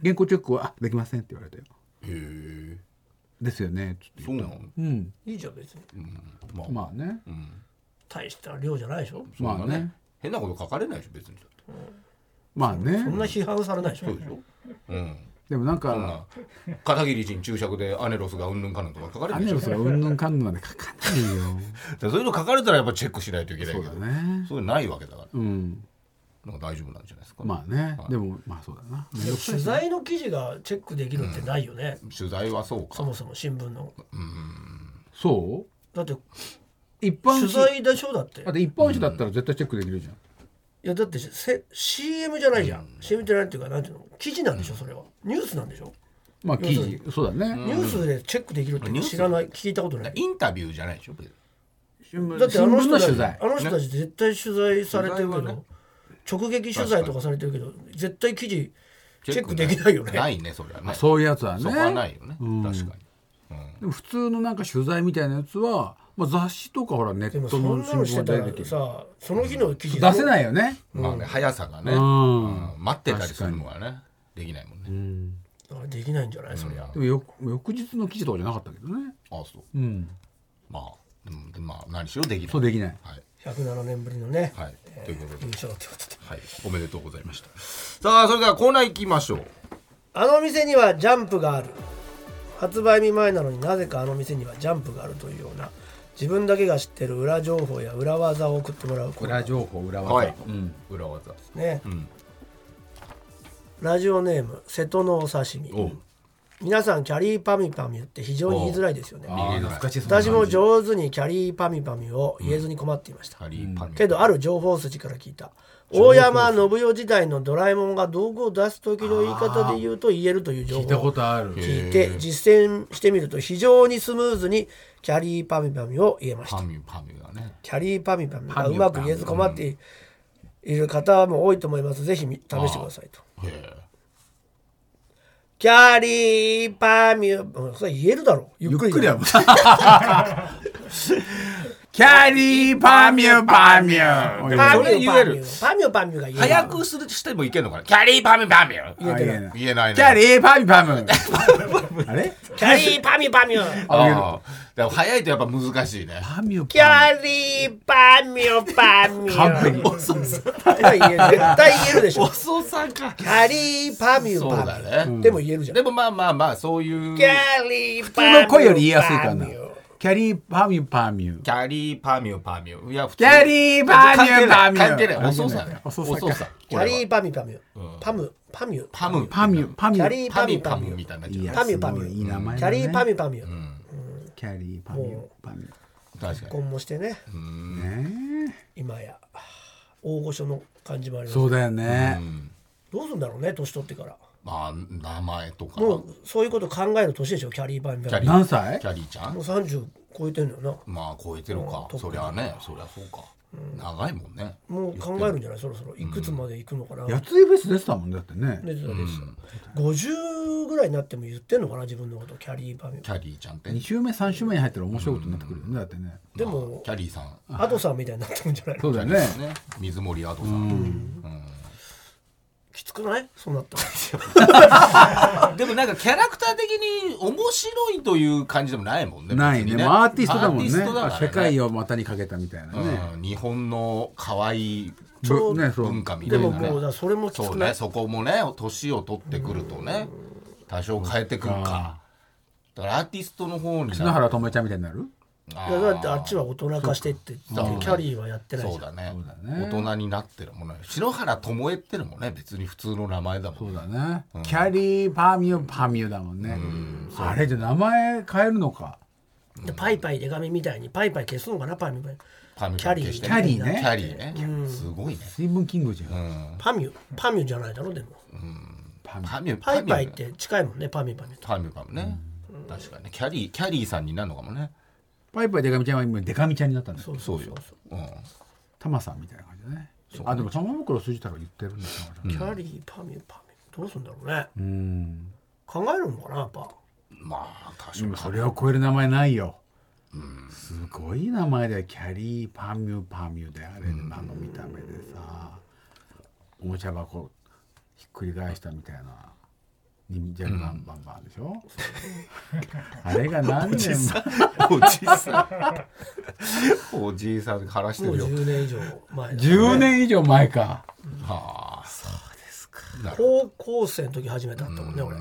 Speaker 4: 原稿チェックはあできません」って言われたよ
Speaker 3: へえ
Speaker 4: 「ですよね」つって
Speaker 3: そうなの
Speaker 4: うん
Speaker 2: いいじゃん別に
Speaker 3: まあ、
Speaker 4: まあね、
Speaker 2: 大した量じゃないでしょ
Speaker 3: そんな
Speaker 4: まあね
Speaker 3: 変なこと書かれないでしょ別に
Speaker 4: まあね
Speaker 2: そんな批判されないでしょ
Speaker 3: そうでしょうん
Speaker 4: でもなん
Speaker 3: そん
Speaker 4: か
Speaker 3: な片桐仁注釈でアネロスがうんぬんかなんとか書かれ
Speaker 4: ア
Speaker 3: るで
Speaker 4: ネ
Speaker 3: しょ
Speaker 4: ロスがうんぬんかんぬんなんで書かないよ
Speaker 3: でそういうの書かれたらやっぱチェックしないといけないけ
Speaker 4: そ
Speaker 3: ど
Speaker 4: うだね
Speaker 3: [LAUGHS] そういうのないわけだから、
Speaker 4: うん
Speaker 3: なんか大丈夫なんじゃないですか、
Speaker 4: まあねでもまあそうだな
Speaker 2: でも取材の記事がチェックできるってないよね、
Speaker 3: 取材はそうか
Speaker 2: そもそも新聞の
Speaker 4: そう
Speaker 2: だって
Speaker 4: 一般
Speaker 2: 取
Speaker 4: 紙
Speaker 2: 材でしょだって
Speaker 4: だって一般紙だったら絶対チェックできるじゃん
Speaker 2: いやだってせ CM じゃないじゃん、CM じゃないっていうかなんていうの記事なんでしょそれはニュースなんでしょ
Speaker 4: まあ記事そうだね
Speaker 2: ニュースでチェックできるって知らない聞いたことない
Speaker 3: インタビューじゃないでしょ別に
Speaker 4: 新聞
Speaker 2: だってあの
Speaker 4: 新聞
Speaker 2: 人
Speaker 4: の
Speaker 2: たち
Speaker 4: 取材
Speaker 2: あの人たち絶対取材されてるけど、
Speaker 3: 取材はね
Speaker 2: 直撃取材とかされてるけど絶対記事チェックで
Speaker 3: な
Speaker 2: きないよね
Speaker 3: ないねそれはね
Speaker 4: まあそういうやつはね
Speaker 3: そこはないよね確かに
Speaker 4: でも普通のなんか取材みたいなやつは、まあ、雑誌とかほらネ
Speaker 2: でも
Speaker 4: ッ
Speaker 2: そ
Speaker 4: ト
Speaker 2: んな
Speaker 4: の新
Speaker 2: のして
Speaker 4: 聞は
Speaker 2: た
Speaker 4: 出
Speaker 2: ら
Speaker 4: てくる
Speaker 2: さその日の記事
Speaker 4: 出
Speaker 2: い
Speaker 4: せないよね
Speaker 3: まあね速さがね
Speaker 4: ん
Speaker 3: うん待ってたりするのはねできないもんね
Speaker 2: できないんじゃないそりゃ、
Speaker 4: でもよ翌日の記事とかじゃなかったけどね
Speaker 3: あそう
Speaker 4: うん
Speaker 3: まあでもでまあ何しろできない
Speaker 4: そうできない
Speaker 3: はい
Speaker 2: 107年ぶりのね、
Speaker 3: はいということで
Speaker 2: 優勝ってことで
Speaker 3: はいおめでとうございましたさあそれではコーナー行きましょう
Speaker 2: あの店にはジャンプがある発売日前なのになぜかあの店にはジャンプがあるというような自分だけが知ってる裏情報や裏技を送ってもらうコーナー
Speaker 4: 情報裏
Speaker 3: はい
Speaker 4: うん、
Speaker 3: 裏技
Speaker 2: ね、
Speaker 3: ん
Speaker 2: ラジオネーム瀬戸のお刺身
Speaker 3: おう
Speaker 2: 皆さんキャリーパミパミって非常に言いづらいですよね
Speaker 4: あー懐かしい
Speaker 2: 私も
Speaker 4: 報
Speaker 2: 上手にキャリーパミパミを言えずに困っていました、
Speaker 3: ハリーパミ
Speaker 2: けどある情報筋から聞いた大山信代時代のドラえもんが道具を出す時の言い方で言うと言えるという情
Speaker 4: 聞いた
Speaker 2: 報
Speaker 4: こ
Speaker 2: を
Speaker 4: とある
Speaker 2: 聞いて実践してみると非常にスムーズにキャリーパミパミを言えました
Speaker 3: パミュパミュがね
Speaker 2: キャリーパミパミがうまく言えず困っている方も多いと思いますぜひみ試してくださいと
Speaker 3: へえ
Speaker 2: キャリーパミュうんそれ言えるだろゆっ
Speaker 4: ゆっ
Speaker 2: くり
Speaker 4: くりや [LAUGHS] もんキャリーパミュパミュ
Speaker 2: パミ
Speaker 3: それ
Speaker 2: ュ
Speaker 3: 言
Speaker 2: パ
Speaker 3: え
Speaker 2: ミ
Speaker 3: る
Speaker 2: ュパミュパミュが言える
Speaker 3: 早くするしてもいけんのかなキャリーパミュパミ
Speaker 2: 言
Speaker 3: ュ
Speaker 2: えてない
Speaker 3: 言えないね
Speaker 4: キャリーパミュパミュあれ
Speaker 2: キャリーパミュパミ
Speaker 3: [LAUGHS]
Speaker 2: ュ
Speaker 3: ああでも早いとやっぱ難しいね
Speaker 4: パミュ
Speaker 2: キャリーパミュパミュ
Speaker 4: 完璧
Speaker 2: 絶対言える絶対言えるでしょ
Speaker 3: 遅さか
Speaker 2: キャリーパミュ
Speaker 3: そう
Speaker 2: パミ
Speaker 3: だ
Speaker 2: ュ、
Speaker 3: ね
Speaker 2: でも言えるじゃん
Speaker 3: でもまあまあまあそういう
Speaker 2: キ
Speaker 3: キ
Speaker 2: ャリー
Speaker 4: 普
Speaker 2: パミ
Speaker 4: 通
Speaker 2: ュ
Speaker 4: の声より言いやすいか
Speaker 2: パミ
Speaker 4: な
Speaker 2: ュ。
Speaker 4: キャリーパミュパミュ。
Speaker 3: ャリーパミュパミュいや普通
Speaker 4: キャリーパミュパミュ。
Speaker 3: 関係ない遅さ
Speaker 4: 関係
Speaker 3: ね
Speaker 4: ない遅さか。
Speaker 2: キャリ
Speaker 3: ー
Speaker 2: ーパミュパミュパムパミュ
Speaker 3: パム
Speaker 4: パミュパミュ。
Speaker 2: キャリー
Speaker 3: パ
Speaker 2: パミュパ
Speaker 3: ミパミ
Speaker 2: ミ
Speaker 3: ュ
Speaker 2: ュ
Speaker 3: みたいになっ
Speaker 4: い
Speaker 3: ちゃ
Speaker 4: や
Speaker 3: う
Speaker 2: パミュパミ
Speaker 4: すごい
Speaker 2: ュ
Speaker 4: いい名前
Speaker 2: キ
Speaker 4: だ
Speaker 2: ャ
Speaker 4: ね
Speaker 2: リーパミュパミュ
Speaker 4: キャリーパミュパミ
Speaker 3: 確か
Speaker 2: 婚もしてね
Speaker 4: ュ。ねえ
Speaker 2: 今や大御所の感じもあります
Speaker 4: そうだよね。
Speaker 2: どうするんだろうね年取ってから
Speaker 3: まあ名前とか
Speaker 2: もうそういうこと考える年でしょキャリーパミュパミ
Speaker 3: キ
Speaker 2: ュ
Speaker 3: ャ
Speaker 4: 何歳
Speaker 3: キャリーちゃ
Speaker 2: もうん30超えてんのよな
Speaker 3: まあ超えてるかそりゃねそりゃそうか長いもんね
Speaker 2: もう考えるんじゃないそろそろいくつまでいくのかな、
Speaker 4: やついフェス出てたもんだってね。
Speaker 2: 出てたです、50ぐらいになっても言ってんのかな自分のことキャリーパミュ
Speaker 3: キャリーちゃんって
Speaker 4: 2週目3週目に入ったら面白いことになってくるよね。だってね。
Speaker 2: でも
Speaker 3: キャリーさん
Speaker 2: アドさんみたいになってるんじゃないの
Speaker 4: そうだよね。
Speaker 3: ね水森アドさん
Speaker 2: きつくないそうなったら
Speaker 3: でもなんかキャラクター的に面白いという感じでもないもんね
Speaker 4: ない
Speaker 3: 別に
Speaker 4: ね。まあアーティストだもん
Speaker 3: ア
Speaker 4: ね。
Speaker 3: ーティストだからね
Speaker 4: 世界を股にかけたみたいなね。
Speaker 3: うん日本の可愛い
Speaker 4: ぶねそう
Speaker 3: 文化み
Speaker 2: で
Speaker 3: たい
Speaker 2: も
Speaker 3: な
Speaker 2: もう
Speaker 3: ね
Speaker 2: だそれもきつ
Speaker 3: そ
Speaker 2: く
Speaker 3: う
Speaker 2: ない、
Speaker 3: ねそこもね年を取ってくるとね多少変えてくるかだからアーティストの方に
Speaker 4: 篠原ともえちゃんみたいになる
Speaker 3: あ
Speaker 2: い
Speaker 3: ー
Speaker 2: やだってあっちは大人化してってってキ
Speaker 3: そうか
Speaker 2: ャリーはやってない
Speaker 3: そ
Speaker 2: じ
Speaker 3: う
Speaker 2: ゃん
Speaker 3: だね
Speaker 4: そうだね
Speaker 3: 大人になってるもんね篠原ともえってのもね別に普通の名前だも
Speaker 4: そ
Speaker 3: ん
Speaker 4: う
Speaker 3: ね
Speaker 4: だね。キャリーパミュパミュだもんね。あれで名前変えるのか。
Speaker 2: でパイパイでかみみたいにパイパイ消すのかなパイみたい
Speaker 3: パミュ
Speaker 2: キャリー
Speaker 3: 消して
Speaker 4: キャリーね
Speaker 3: キャリーねすごいね
Speaker 4: 水分キングじゃん。
Speaker 2: パミュパミュじゃないだろでも
Speaker 4: パミュ
Speaker 3: パミュ
Speaker 2: パイパイっ
Speaker 3: ミュ
Speaker 2: て近いもんねパミュパミュと
Speaker 3: タイムかもね、確かにねキャリーキャリーさんになるのかもね
Speaker 4: パイパイデカミちゃんは今デカミちゃんになったんだよ。
Speaker 3: そうよ、うん、
Speaker 4: タマさんみたいな感じだね。あでも玉袋筋太郎言ってるんですよ。
Speaker 2: キャリーパミュパミュどうすんだろうね、
Speaker 4: うん。
Speaker 2: 考えるのかなやっぱ
Speaker 3: まあ多
Speaker 4: で
Speaker 3: 少
Speaker 4: もそれを超える名前ないよ。すごい名前だよ。キャリーパミュパミュであれであの見た目でさ、おもちゃ箱ひっくり返したみたいな。にじゃりバンバンバンでしょ。あれが何年前
Speaker 3: おじさんおじいさんからして
Speaker 2: もう
Speaker 3: るよ
Speaker 2: 10年以上前だ
Speaker 4: 10年以上前か。
Speaker 3: はあ
Speaker 2: 高校生の時初めてだったもんね俺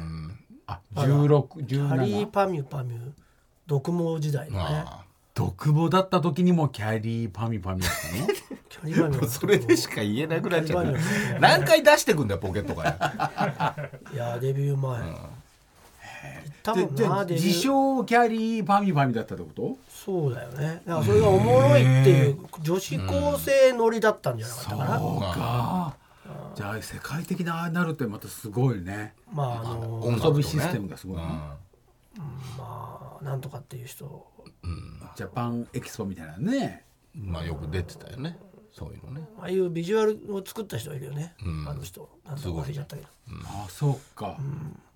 Speaker 4: あ、16、
Speaker 2: ハリー
Speaker 4: 17。
Speaker 2: パミュパミュ独毛時代のね
Speaker 3: あ
Speaker 4: 独房だった時にもキャリーパミュパミュだった [LAUGHS] の
Speaker 2: キャリーパミュ
Speaker 3: あ
Speaker 2: は
Speaker 3: それでしか言えなくなっちゃった何回出してくんだよポケットから
Speaker 2: いやデビュー前、多
Speaker 4: で
Speaker 2: 分
Speaker 4: じゃ
Speaker 2: マ
Speaker 4: あ
Speaker 2: ーデ
Speaker 4: 自
Speaker 2: ル
Speaker 4: 称キャリーパミュパミュだったってこと
Speaker 2: そうだよねだからそれがおもろいっていう女子高生乗りだったんじゃなかったかな、
Speaker 4: かじゃあ世界的なああなるってまたすごいね
Speaker 2: まああの
Speaker 3: 音楽
Speaker 4: 遊
Speaker 3: と
Speaker 4: ぶ
Speaker 3: ね
Speaker 4: システムがすごいね
Speaker 2: まあなんとかっていう人
Speaker 4: ジャパンエキスポみたいなね
Speaker 3: うんまあよく出てたよねそういうのね
Speaker 2: ああいうビジュアルを作った人いるよね、あの人なんとか忘れちゃったけど、
Speaker 4: ああそうか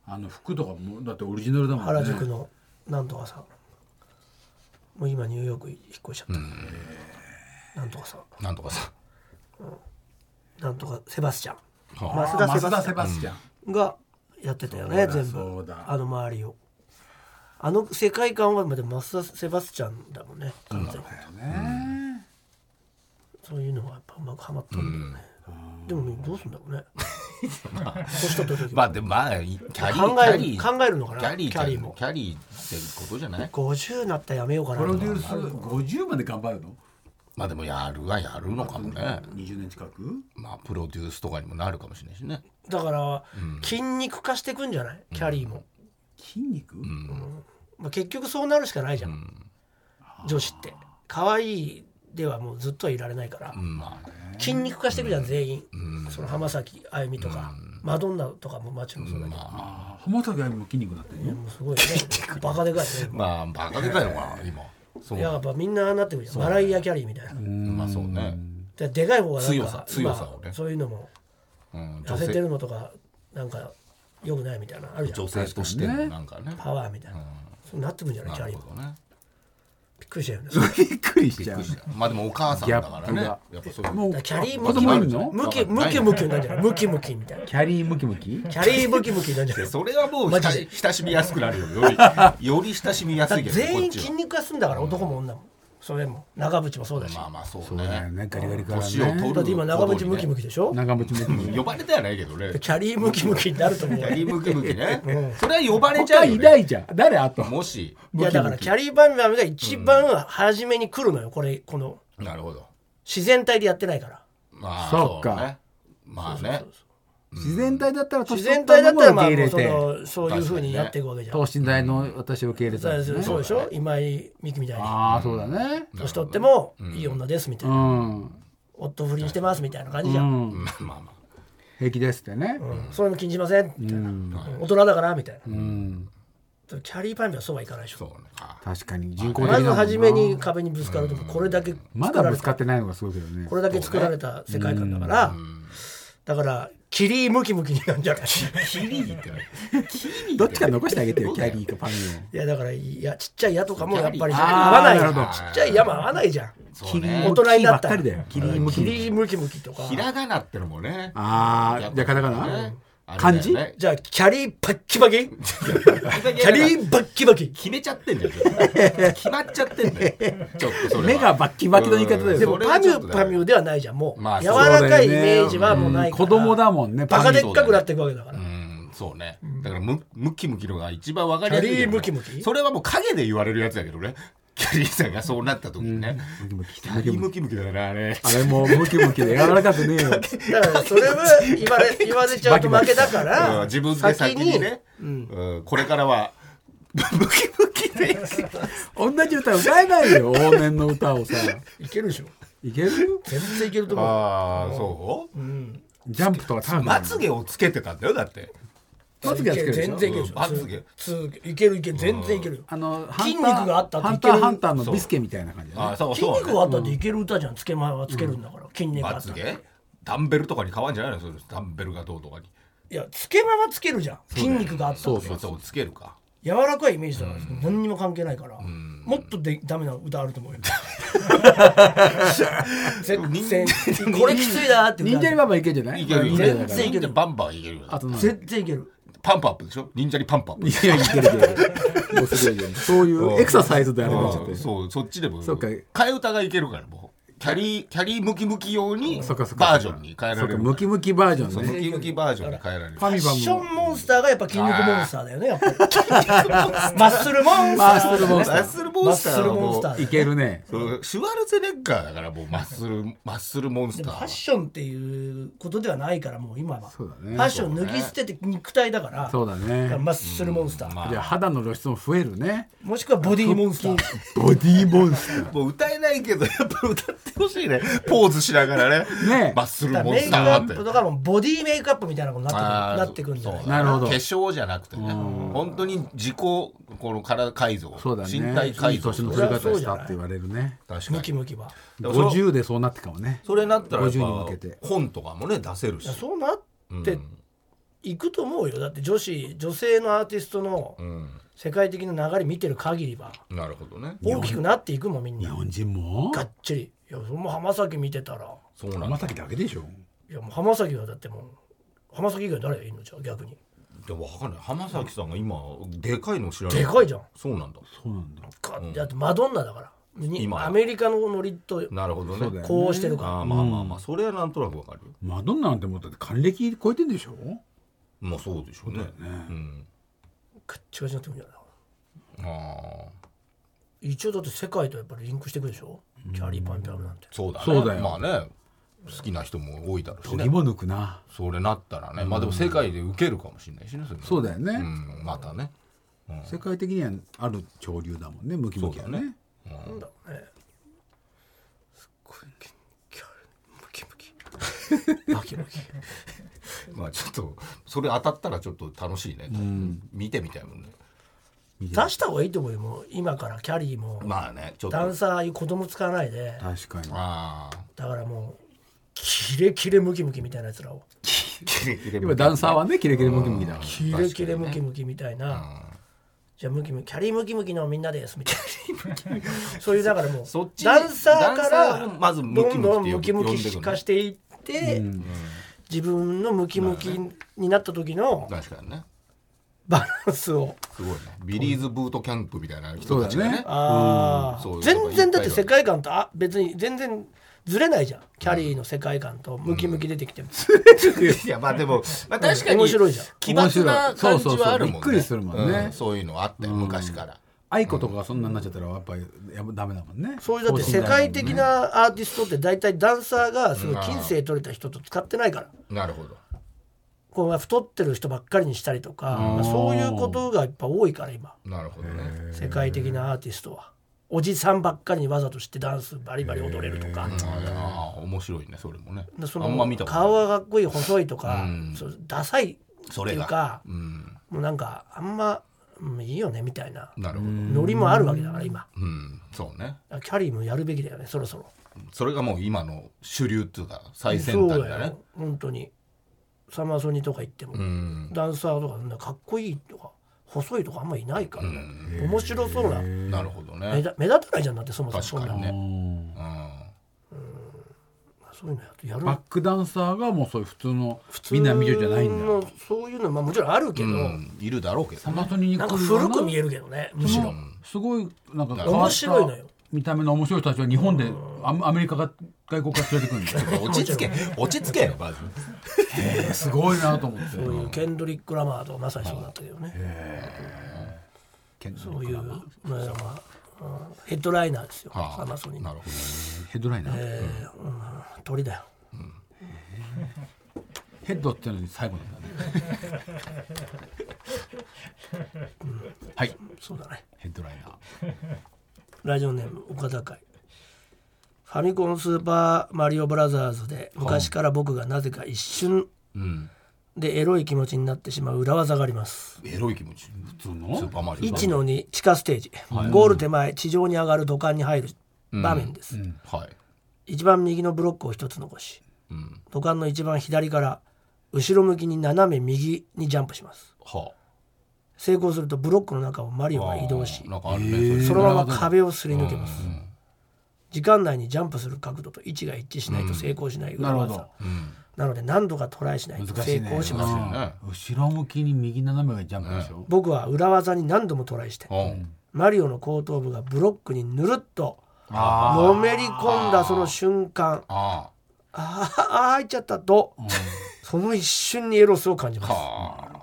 Speaker 4: あの服とかもだってオリジナルだもんね
Speaker 2: 原宿のなんとかさんもう今ニューヨーク引っ越しちゃった、なんとかさん
Speaker 3: なんと [LAUGHS] かさ
Speaker 2: なんとかセバスチャン
Speaker 4: あ
Speaker 3: は
Speaker 4: あ
Speaker 2: 増田セバスチャ
Speaker 4: 増
Speaker 2: ン
Speaker 4: 田セバスチャン
Speaker 2: がやってたよ
Speaker 4: そ
Speaker 2: ね
Speaker 4: うだ
Speaker 2: 全
Speaker 4: そ
Speaker 2: 部
Speaker 4: うだ
Speaker 2: あの周りをあの世界観はまでマスタセバスチャンだもんね完全に
Speaker 4: だよね
Speaker 2: そういうのがやっぱうまくはまったんだよね、でもどうすんだろうね年取った時
Speaker 3: ま
Speaker 2: は
Speaker 3: あでもまあキャリー
Speaker 2: 考
Speaker 3: キャ
Speaker 2: え
Speaker 3: リ
Speaker 2: る
Speaker 3: ー
Speaker 2: 考えるのかな
Speaker 3: キャリー
Speaker 2: キャリーも
Speaker 3: キャリーってことじゃない
Speaker 2: 50になったらやめようかな
Speaker 4: プ
Speaker 2: とか
Speaker 4: ロデュース50まで頑張るの
Speaker 3: まあでもやるはやるのかもね
Speaker 4: 20年近く
Speaker 3: まあプロデュースとかにもなるかもしれないしね
Speaker 2: だから筋肉化していくんじゃないキャリーも、
Speaker 4: 筋肉
Speaker 2: まあ、結局そうなるしかないじゃん、女子って可愛いではもうずっとはいられないから、
Speaker 3: うんまあ
Speaker 2: 筋肉化していくじゃん全員、その浜崎あゆみとか、マドンナとかももちろんそうだけど、
Speaker 4: ああ浜崎あゆみも筋肉になってるの
Speaker 2: もうす
Speaker 3: [LAUGHS]
Speaker 2: ごいねバカでかいね
Speaker 3: まあバカでかいのかな今そう
Speaker 2: いややっぱみんなああなってくるじゃんマライア・キャリーみたいな、
Speaker 3: まあそうね
Speaker 2: ででかい方がなんか
Speaker 3: 強さ強さをね
Speaker 2: 今そういうのも
Speaker 3: うん
Speaker 2: 痩
Speaker 3: 女
Speaker 2: せて
Speaker 3: 性
Speaker 2: るのとかなんかよくないみたいなのあるじゃん
Speaker 3: 女性としてのなんかね
Speaker 2: パワーみたいな、そうなってくるんじゃないキャ
Speaker 3: な
Speaker 2: リ
Speaker 3: る
Speaker 2: ーも
Speaker 3: ほどね
Speaker 2: びっくりしたよねそれ
Speaker 4: びっくりしちゃう
Speaker 3: まあでもお母さんだからね
Speaker 4: ギャ
Speaker 3: や
Speaker 4: ッ
Speaker 3: っぱそういう
Speaker 4: もう
Speaker 2: だからキャリー
Speaker 4: 子供いる
Speaker 3: も
Speaker 4: の
Speaker 2: ムキムキムキになんじゃないムキムキみたいなキ
Speaker 4: キャリームキムキ
Speaker 2: ャリームキムキになんじゃない
Speaker 3: それはもう
Speaker 2: マ
Speaker 3: 親
Speaker 2: ジ
Speaker 3: し
Speaker 2: で
Speaker 3: 親しみやすくなるよよりより親しみや
Speaker 2: だ
Speaker 3: す
Speaker 2: っ
Speaker 3: い
Speaker 2: て
Speaker 3: けど
Speaker 2: 全
Speaker 3: こっ
Speaker 2: 員
Speaker 3: ち
Speaker 2: 筋肉化すんだから男も女もそれも長渕もそうだし、
Speaker 3: はまあまあそう
Speaker 4: そうだよ
Speaker 3: ね
Speaker 4: ねガリガリから
Speaker 3: 年を取
Speaker 4: ね
Speaker 3: る
Speaker 2: だって今長渕ムキム
Speaker 3: キ
Speaker 2: キでしょ、
Speaker 4: 長渕ムキムキ
Speaker 3: 呼ばれてはないけど
Speaker 2: [LAUGHS]
Speaker 3: ね
Speaker 2: キャリームキムキになると思う
Speaker 3: キャリ
Speaker 2: よ
Speaker 3: ームキムキねそれは呼ばれちゃ
Speaker 4: 他
Speaker 3: うよ
Speaker 4: いな
Speaker 3: ね
Speaker 4: いじゃん誰あと
Speaker 3: もし
Speaker 2: いやだからキャリーバンバンが一番初めに来るのよこれこの
Speaker 3: なるほど
Speaker 2: 自然体でやってないから
Speaker 3: まあ
Speaker 4: そ
Speaker 3: そうう
Speaker 4: か
Speaker 3: ねまあね
Speaker 4: 自然体だったら
Speaker 2: 自然体だったらまあ
Speaker 4: 年
Speaker 2: も
Speaker 4: 取
Speaker 2: う
Speaker 4: った
Speaker 2: そ
Speaker 4: もの
Speaker 2: のそう
Speaker 4: を
Speaker 2: いうふうにやっていくわけじゃん、
Speaker 4: 等身大の私を受け入れたんです
Speaker 2: そう
Speaker 4: ね
Speaker 2: そうでしょ、今井美樹みたいに
Speaker 4: ああそうだね
Speaker 2: 年取ってもいい女ですみたいうな、
Speaker 4: ん
Speaker 2: 夫不倫してますみたいな感じじ
Speaker 4: う
Speaker 2: ゃん、
Speaker 4: ん
Speaker 3: まあまあま
Speaker 4: 平気ですってね
Speaker 2: うんそういうの禁じませんみたいな、
Speaker 3: ん
Speaker 2: 大人だからみたいな、
Speaker 4: うん
Speaker 2: キャリーパンピはそうはいかないでし
Speaker 3: あそ
Speaker 2: ょ
Speaker 3: うねあ
Speaker 4: 確かに人工的
Speaker 2: ま
Speaker 4: な
Speaker 2: ず
Speaker 4: もん
Speaker 2: 初めに壁にぶつかるとこれだけ
Speaker 4: ま
Speaker 2: 作
Speaker 4: だ
Speaker 2: ら
Speaker 4: ぶ
Speaker 2: れ
Speaker 4: つ
Speaker 2: た
Speaker 4: かってないのがすごいけどね
Speaker 2: これだけ作られた世界観だからだからキリムキムキになるんじゃ
Speaker 3: [LAUGHS]
Speaker 2: ない
Speaker 3: キリーってね
Speaker 4: どっちか残してあげてよキャリーとパミを
Speaker 2: いやだからいやちっちゃい矢とかもやっぱり
Speaker 3: キ
Speaker 2: 合
Speaker 3: ャリー
Speaker 2: わないじゃ
Speaker 4: あー
Speaker 2: ん
Speaker 4: なるほ
Speaker 2: ちっちゃい矢も合わないじゃん
Speaker 3: そ
Speaker 2: 大
Speaker 3: うね
Speaker 2: 人になった
Speaker 4: キリばっかりだよ
Speaker 2: キリムキムキとか
Speaker 3: ひらがなってのもね
Speaker 4: ああじゃあカタカナ漢字
Speaker 2: じゃあキャリーパッキバキキャリーバッキバキ
Speaker 3: 決めちゃってんじゃんちょっと決まっちゃってんだよ
Speaker 4: [LAUGHS]
Speaker 3: ちょっとそれは
Speaker 4: 目がバッキバキの言い方だよ
Speaker 3: うん
Speaker 2: でも
Speaker 3: それ
Speaker 2: パ
Speaker 3: は
Speaker 2: ミ
Speaker 3: ちょっ
Speaker 2: ュ
Speaker 3: とね
Speaker 2: パミュではないじゃんもう
Speaker 3: まあ
Speaker 2: 柔
Speaker 3: そう
Speaker 2: らかいイメージはもうないから
Speaker 4: 子供だもんね
Speaker 2: バカで
Speaker 4: パミ
Speaker 2: っかくなっていくわけだから
Speaker 3: うんそうねだからムムキムキのが一番わかりやすいよね
Speaker 2: キャリームキムキ
Speaker 3: それはもう影で言われるやつだけどね [LAUGHS] キャリーさんがそうなった時にねキャリームキムキだなあれ
Speaker 4: あれもムキムキで柔らかくねえよ
Speaker 2: だからそれは言われ言われちゃうと負けだか
Speaker 3: [LAUGHS] うん
Speaker 2: ら
Speaker 3: 自分で先にねうんこれからは [LAUGHS] ムキムキで
Speaker 4: 同じ歌歌えないよ往年の歌をさ
Speaker 2: いけるでしょ
Speaker 4: いける
Speaker 2: 全然いけると思う
Speaker 3: ああそう
Speaker 4: ジャンプとかターン
Speaker 3: まつげをつけてたんだよだって
Speaker 4: まつげはつけるでし
Speaker 2: 全
Speaker 4: ょ
Speaker 2: 然いけるでしょ
Speaker 3: うんまつげ
Speaker 2: つついけるいける全然いける
Speaker 4: あの
Speaker 2: 筋肉があったって
Speaker 4: ハ
Speaker 2: い
Speaker 4: ン
Speaker 2: け
Speaker 4: タ
Speaker 2: る
Speaker 4: ーハンターのビスケみたいな感じだ
Speaker 3: あ
Speaker 4: ね
Speaker 3: ーそう
Speaker 2: 筋
Speaker 3: そう
Speaker 2: 肉があったっていける歌じゃんつけまはつけるんだから筋肉があ
Speaker 3: ま
Speaker 2: った
Speaker 3: つ
Speaker 2: ら
Speaker 3: げダンベルとかに変わんじゃないのそれダンベルがどうとかに
Speaker 2: いやつけまはつけるじゃん筋肉があったら
Speaker 3: そうそうつけるか
Speaker 2: 柔らかいイメージだから何にも関係ないからもっとでダメな歌あると思うよ全然これきついなーって
Speaker 4: 忍
Speaker 2: 歌あ
Speaker 4: 者リ
Speaker 2: る
Speaker 4: ババいけるじゃない
Speaker 3: いける
Speaker 4: 忍
Speaker 3: よ
Speaker 4: 者リ
Speaker 2: 全
Speaker 4: ババ
Speaker 2: 然いける
Speaker 3: バンバンいけるよ
Speaker 4: あと何
Speaker 2: 全然いける
Speaker 3: パンプアップでしょ忍者にパンプアップ
Speaker 4: いやいけるけどもうすごいよそういうエクササイズであれになっちゃって
Speaker 3: うんそうそっちでも
Speaker 4: そうか
Speaker 3: 替え歌がいけるからもうキャリーキャリームキムキ用に
Speaker 4: そっかそっか
Speaker 3: バージョンに変えら
Speaker 4: そう
Speaker 3: れ
Speaker 4: か
Speaker 3: る
Speaker 4: ムキムキバージョ
Speaker 3: そう
Speaker 4: ン
Speaker 3: ム
Speaker 4: ね
Speaker 3: キムキバージョンに変えられる
Speaker 4: ファミ
Speaker 2: ファッショ
Speaker 4: バも
Speaker 2: ンモンスターがやっぱ筋肉モンスターだよねやっぱりマッスルモンスター
Speaker 4: マッスルモンスター
Speaker 3: マッスルモンスターは
Speaker 2: マッスルモン
Speaker 3: も
Speaker 2: スター
Speaker 3: う
Speaker 4: いけるね
Speaker 3: そうシュワルツェネッガーだからもうマッスルマッスルモンス
Speaker 2: で
Speaker 3: タ
Speaker 2: もファッ
Speaker 3: ー
Speaker 2: ションっていうことではないからもう今は
Speaker 4: そうだね
Speaker 2: ファッション脱ぎ捨てて肉体だから
Speaker 4: そうだね
Speaker 2: からマッスルモンスター、
Speaker 3: まあ
Speaker 4: じゃあ肌の露出も増えるね
Speaker 2: もしくはボディモンスター
Speaker 4: ボディーモンスター
Speaker 3: もう歌えないけどやっぱ歌ってほしいねポーズしながらね
Speaker 4: ね
Speaker 3: マッスル
Speaker 2: だから
Speaker 3: モン
Speaker 2: メイ
Speaker 3: ス
Speaker 2: ク
Speaker 3: タ
Speaker 2: ア
Speaker 3: ーっ
Speaker 2: ッ
Speaker 3: て
Speaker 2: プとかもボディメイクアップみたいなことに
Speaker 3: あー
Speaker 2: なってくるなってくるんじゃない
Speaker 3: そう
Speaker 2: かな
Speaker 4: なるほど
Speaker 3: 化粧じゃなくてね本当に自己この体改造
Speaker 4: そうだね
Speaker 3: 身体改造
Speaker 4: いい年の
Speaker 2: そ
Speaker 4: 取
Speaker 2: れ
Speaker 4: り
Speaker 2: が
Speaker 4: 方したって言われるね
Speaker 3: 確か
Speaker 2: ムキ
Speaker 3: に
Speaker 2: ムキは
Speaker 3: だからそ
Speaker 4: 50でそうなってかもね
Speaker 3: それになったらやっぱ
Speaker 4: 50に向けて
Speaker 3: 本とかもね出せるし
Speaker 2: そうなっていくと思うよだって女子女性のアーティストの
Speaker 3: うん
Speaker 2: 世界的な流れ見てる限りは
Speaker 3: なるほどね
Speaker 2: 大きくなっていくもんみん
Speaker 4: 日
Speaker 2: な
Speaker 4: 本人も
Speaker 2: がっちりいやその浜崎見てたら
Speaker 3: そうなん
Speaker 4: 浜
Speaker 3: だ
Speaker 4: 崎だけでしょ
Speaker 2: いやもう浜崎はだってもう浜崎以外誰がいるのじゃあ逆に
Speaker 3: でも分かんない浜崎さんが今でかいの知らない
Speaker 2: でかいじゃん
Speaker 3: そうなんだ
Speaker 4: そうなんだ
Speaker 2: かだってマドンナだからに
Speaker 3: 今
Speaker 2: アメリカのノリと
Speaker 3: なるほど
Speaker 4: そうだ
Speaker 3: ね
Speaker 4: よ
Speaker 2: こうしてるから
Speaker 3: あーまあまあまあそれはなんとなくわかるよ
Speaker 4: マドンナなんてもうだって還暦超えてんでしょ
Speaker 3: まあそうでしょうねうん
Speaker 2: ガッチガチになってくるんじゃない
Speaker 3: ああ
Speaker 2: 一応だって世界とやっぱりリンクしていくでしょキャリーパンピラブなんて
Speaker 3: そうだね
Speaker 4: そうだよ
Speaker 3: まあね好きな人も多いだろうし
Speaker 4: 研
Speaker 3: ね
Speaker 4: ぎも抜くな
Speaker 3: それなったらね、まあでも世界で受けるかもしれないしねそれ
Speaker 4: そうだよね
Speaker 3: うん、またね
Speaker 4: 世界的にはある潮流だもんねムキムキは
Speaker 3: そうだ
Speaker 4: ね
Speaker 3: ね
Speaker 2: なんだろうねすっごいキキャリムキムキムキムキ
Speaker 3: まあちょっとそれ当たったらちょっと楽しいね、見てみたいもんね
Speaker 2: 出した方がいいと思うよもう今からキャリーも
Speaker 3: まあねちょっと
Speaker 2: ダ
Speaker 3: あ
Speaker 2: ンサーああいう子供使わないで
Speaker 4: 確かに
Speaker 3: あー
Speaker 2: だからもうキレキレムキムキみたいなやつらを
Speaker 4: [LAUGHS] 今ダンサーはねキレキレムキムキだから
Speaker 2: キレキレムキムキみたいな、じゃあムキムキキャリームキムキのみんなですみたい
Speaker 3: [LAUGHS]
Speaker 2: なそういうだからもう
Speaker 3: そっちに
Speaker 2: ダンサーか
Speaker 3: ダン
Speaker 2: ら
Speaker 3: サーをまずム
Speaker 2: ど
Speaker 3: キムキって呼
Speaker 2: ん
Speaker 3: ぶ
Speaker 2: どんムキムキ化していって、自分のムキムキになった時の
Speaker 3: 確かにね
Speaker 2: バランスを、
Speaker 3: すごいねビリーズブートキャンプみたいな人たちがね
Speaker 4: そうだ
Speaker 2: あー
Speaker 3: そういうことが
Speaker 2: 全然だって
Speaker 3: いっぱい
Speaker 2: 世界観とあ別に全然ずれないじゃんキャリーの世界観とムキムキ出てきても、
Speaker 3: [LAUGHS] いやまあでも、まあ、確かに
Speaker 2: 面白いじゃん
Speaker 3: 奇抜な感
Speaker 4: 面白いそうそ
Speaker 3: じ
Speaker 4: うそう
Speaker 3: はあるもんね
Speaker 4: びっくりするもんね
Speaker 3: うそういうのあって昔から、
Speaker 4: 愛子とかがそんなになっちゃったらやっぱりやっぱダメだもんね
Speaker 2: そういうだって世界的なアーティストって大体ダンサーがすごい金星取れた人と使ってないから。
Speaker 3: なるほど
Speaker 2: こう太ってる人ばっかりにしたりとか、まあそういうことがやっぱ多いから今
Speaker 3: なるほどね
Speaker 2: 世界的なアーティストはおじさんばっかりにわざとしてダンスバリバリ踊れるとか,、
Speaker 3: ああ面白いねそれもね
Speaker 2: そ
Speaker 3: あんま見た
Speaker 2: の
Speaker 3: ことない
Speaker 2: 顔がかっこいい細いとか、そうダサいって
Speaker 3: そ
Speaker 2: い
Speaker 3: れ
Speaker 2: う
Speaker 3: が
Speaker 2: か
Speaker 3: うん
Speaker 2: もうなんかあんま、うんいいよねみたいな
Speaker 3: なるほどうん、
Speaker 2: ノリもあるわけだから今
Speaker 3: そうね
Speaker 2: キャリーもやるべきだよねそろそろ
Speaker 3: それがもう今の主流っていうか最先
Speaker 2: そう
Speaker 3: 端
Speaker 2: だ
Speaker 3: だね
Speaker 2: よ本当にサマソニとか行っても、
Speaker 3: うん
Speaker 2: ダンサーとかそんなかっこいいとか細いとかあんまいないからね、面白そうな
Speaker 3: なるほど
Speaker 2: 目
Speaker 3: ね
Speaker 2: 立目立たないじゃんだってそもそも
Speaker 3: 確
Speaker 2: そん
Speaker 3: か
Speaker 2: な
Speaker 3: に
Speaker 2: の
Speaker 3: ね
Speaker 4: うん
Speaker 2: そういうのやるやる
Speaker 4: バックダンサーがもうそういう普通のみんな見るじゃないん
Speaker 2: 普通
Speaker 4: だ
Speaker 2: のそういうのまあもちろんあるけど、
Speaker 3: うんいるだろうけど
Speaker 4: サ
Speaker 3: ね
Speaker 4: マソニに
Speaker 2: なんか
Speaker 4: 来る
Speaker 2: 古く見えるけどねむしろ、
Speaker 4: すごいなんか
Speaker 2: 面白いのよ
Speaker 4: 変わった見た目の面白い人たちは日本でアアメリカが外国から連れてくるんですよ
Speaker 3: 落ち着け落ち着け
Speaker 2: [LAUGHS]
Speaker 3: まず
Speaker 4: えーすごいなと思っ
Speaker 2: そ
Speaker 4: て
Speaker 2: ういうケンドリック・ラマーとかまさにそうだったけどね、
Speaker 4: ケンド
Speaker 2: そうい
Speaker 4: リック
Speaker 2: う
Speaker 4: ラマー
Speaker 2: まあまあうんヘッドライナーですよ、
Speaker 3: はあ
Speaker 2: サマソニ
Speaker 3: なるほど
Speaker 4: ヘッドライナー、
Speaker 2: 鳥だよ
Speaker 4: ヘッドっていうのに最後なんだねはい
Speaker 2: そうだね
Speaker 4: ヘッドライナー
Speaker 2: ラジオネーム岡田会ファミコンスーパーマリオブラザーズで昔から僕がなぜか一瞬
Speaker 3: うん
Speaker 2: でエロい気持ちになってしまう裏技があります
Speaker 3: エロい気持ち普通のスーパーマリオ
Speaker 2: 1の2地下ステージ、ゴール手前地上に上がる土管に入る場面です、
Speaker 3: はい
Speaker 2: 一番右のブロックを一つ残し、土管の一番左から後ろ向きに斜め右にジャンプします
Speaker 3: は
Speaker 2: 成功するとブロックの中をマリオ
Speaker 3: あ
Speaker 2: が移動し
Speaker 3: なんかあるねそういう
Speaker 2: そのまま壁をすり抜けます、時間内にジャンプする角度と位置が一致しないと成功しない裏技、
Speaker 4: なる
Speaker 2: なので何度かトライしないと
Speaker 4: 難
Speaker 2: 成
Speaker 4: しいね
Speaker 2: 功しません、
Speaker 3: ね
Speaker 4: うん後ろ向きに右斜めがジャンプでしょ、
Speaker 2: 僕は裏技に何度もトライして
Speaker 3: うん
Speaker 2: マリオの後頭部がブロックにぬるっと
Speaker 4: あ
Speaker 2: のめり込んだその瞬間
Speaker 3: あ
Speaker 2: あーあー入っちゃったと、その一瞬にエロスを感じま
Speaker 3: あ
Speaker 2: す
Speaker 3: は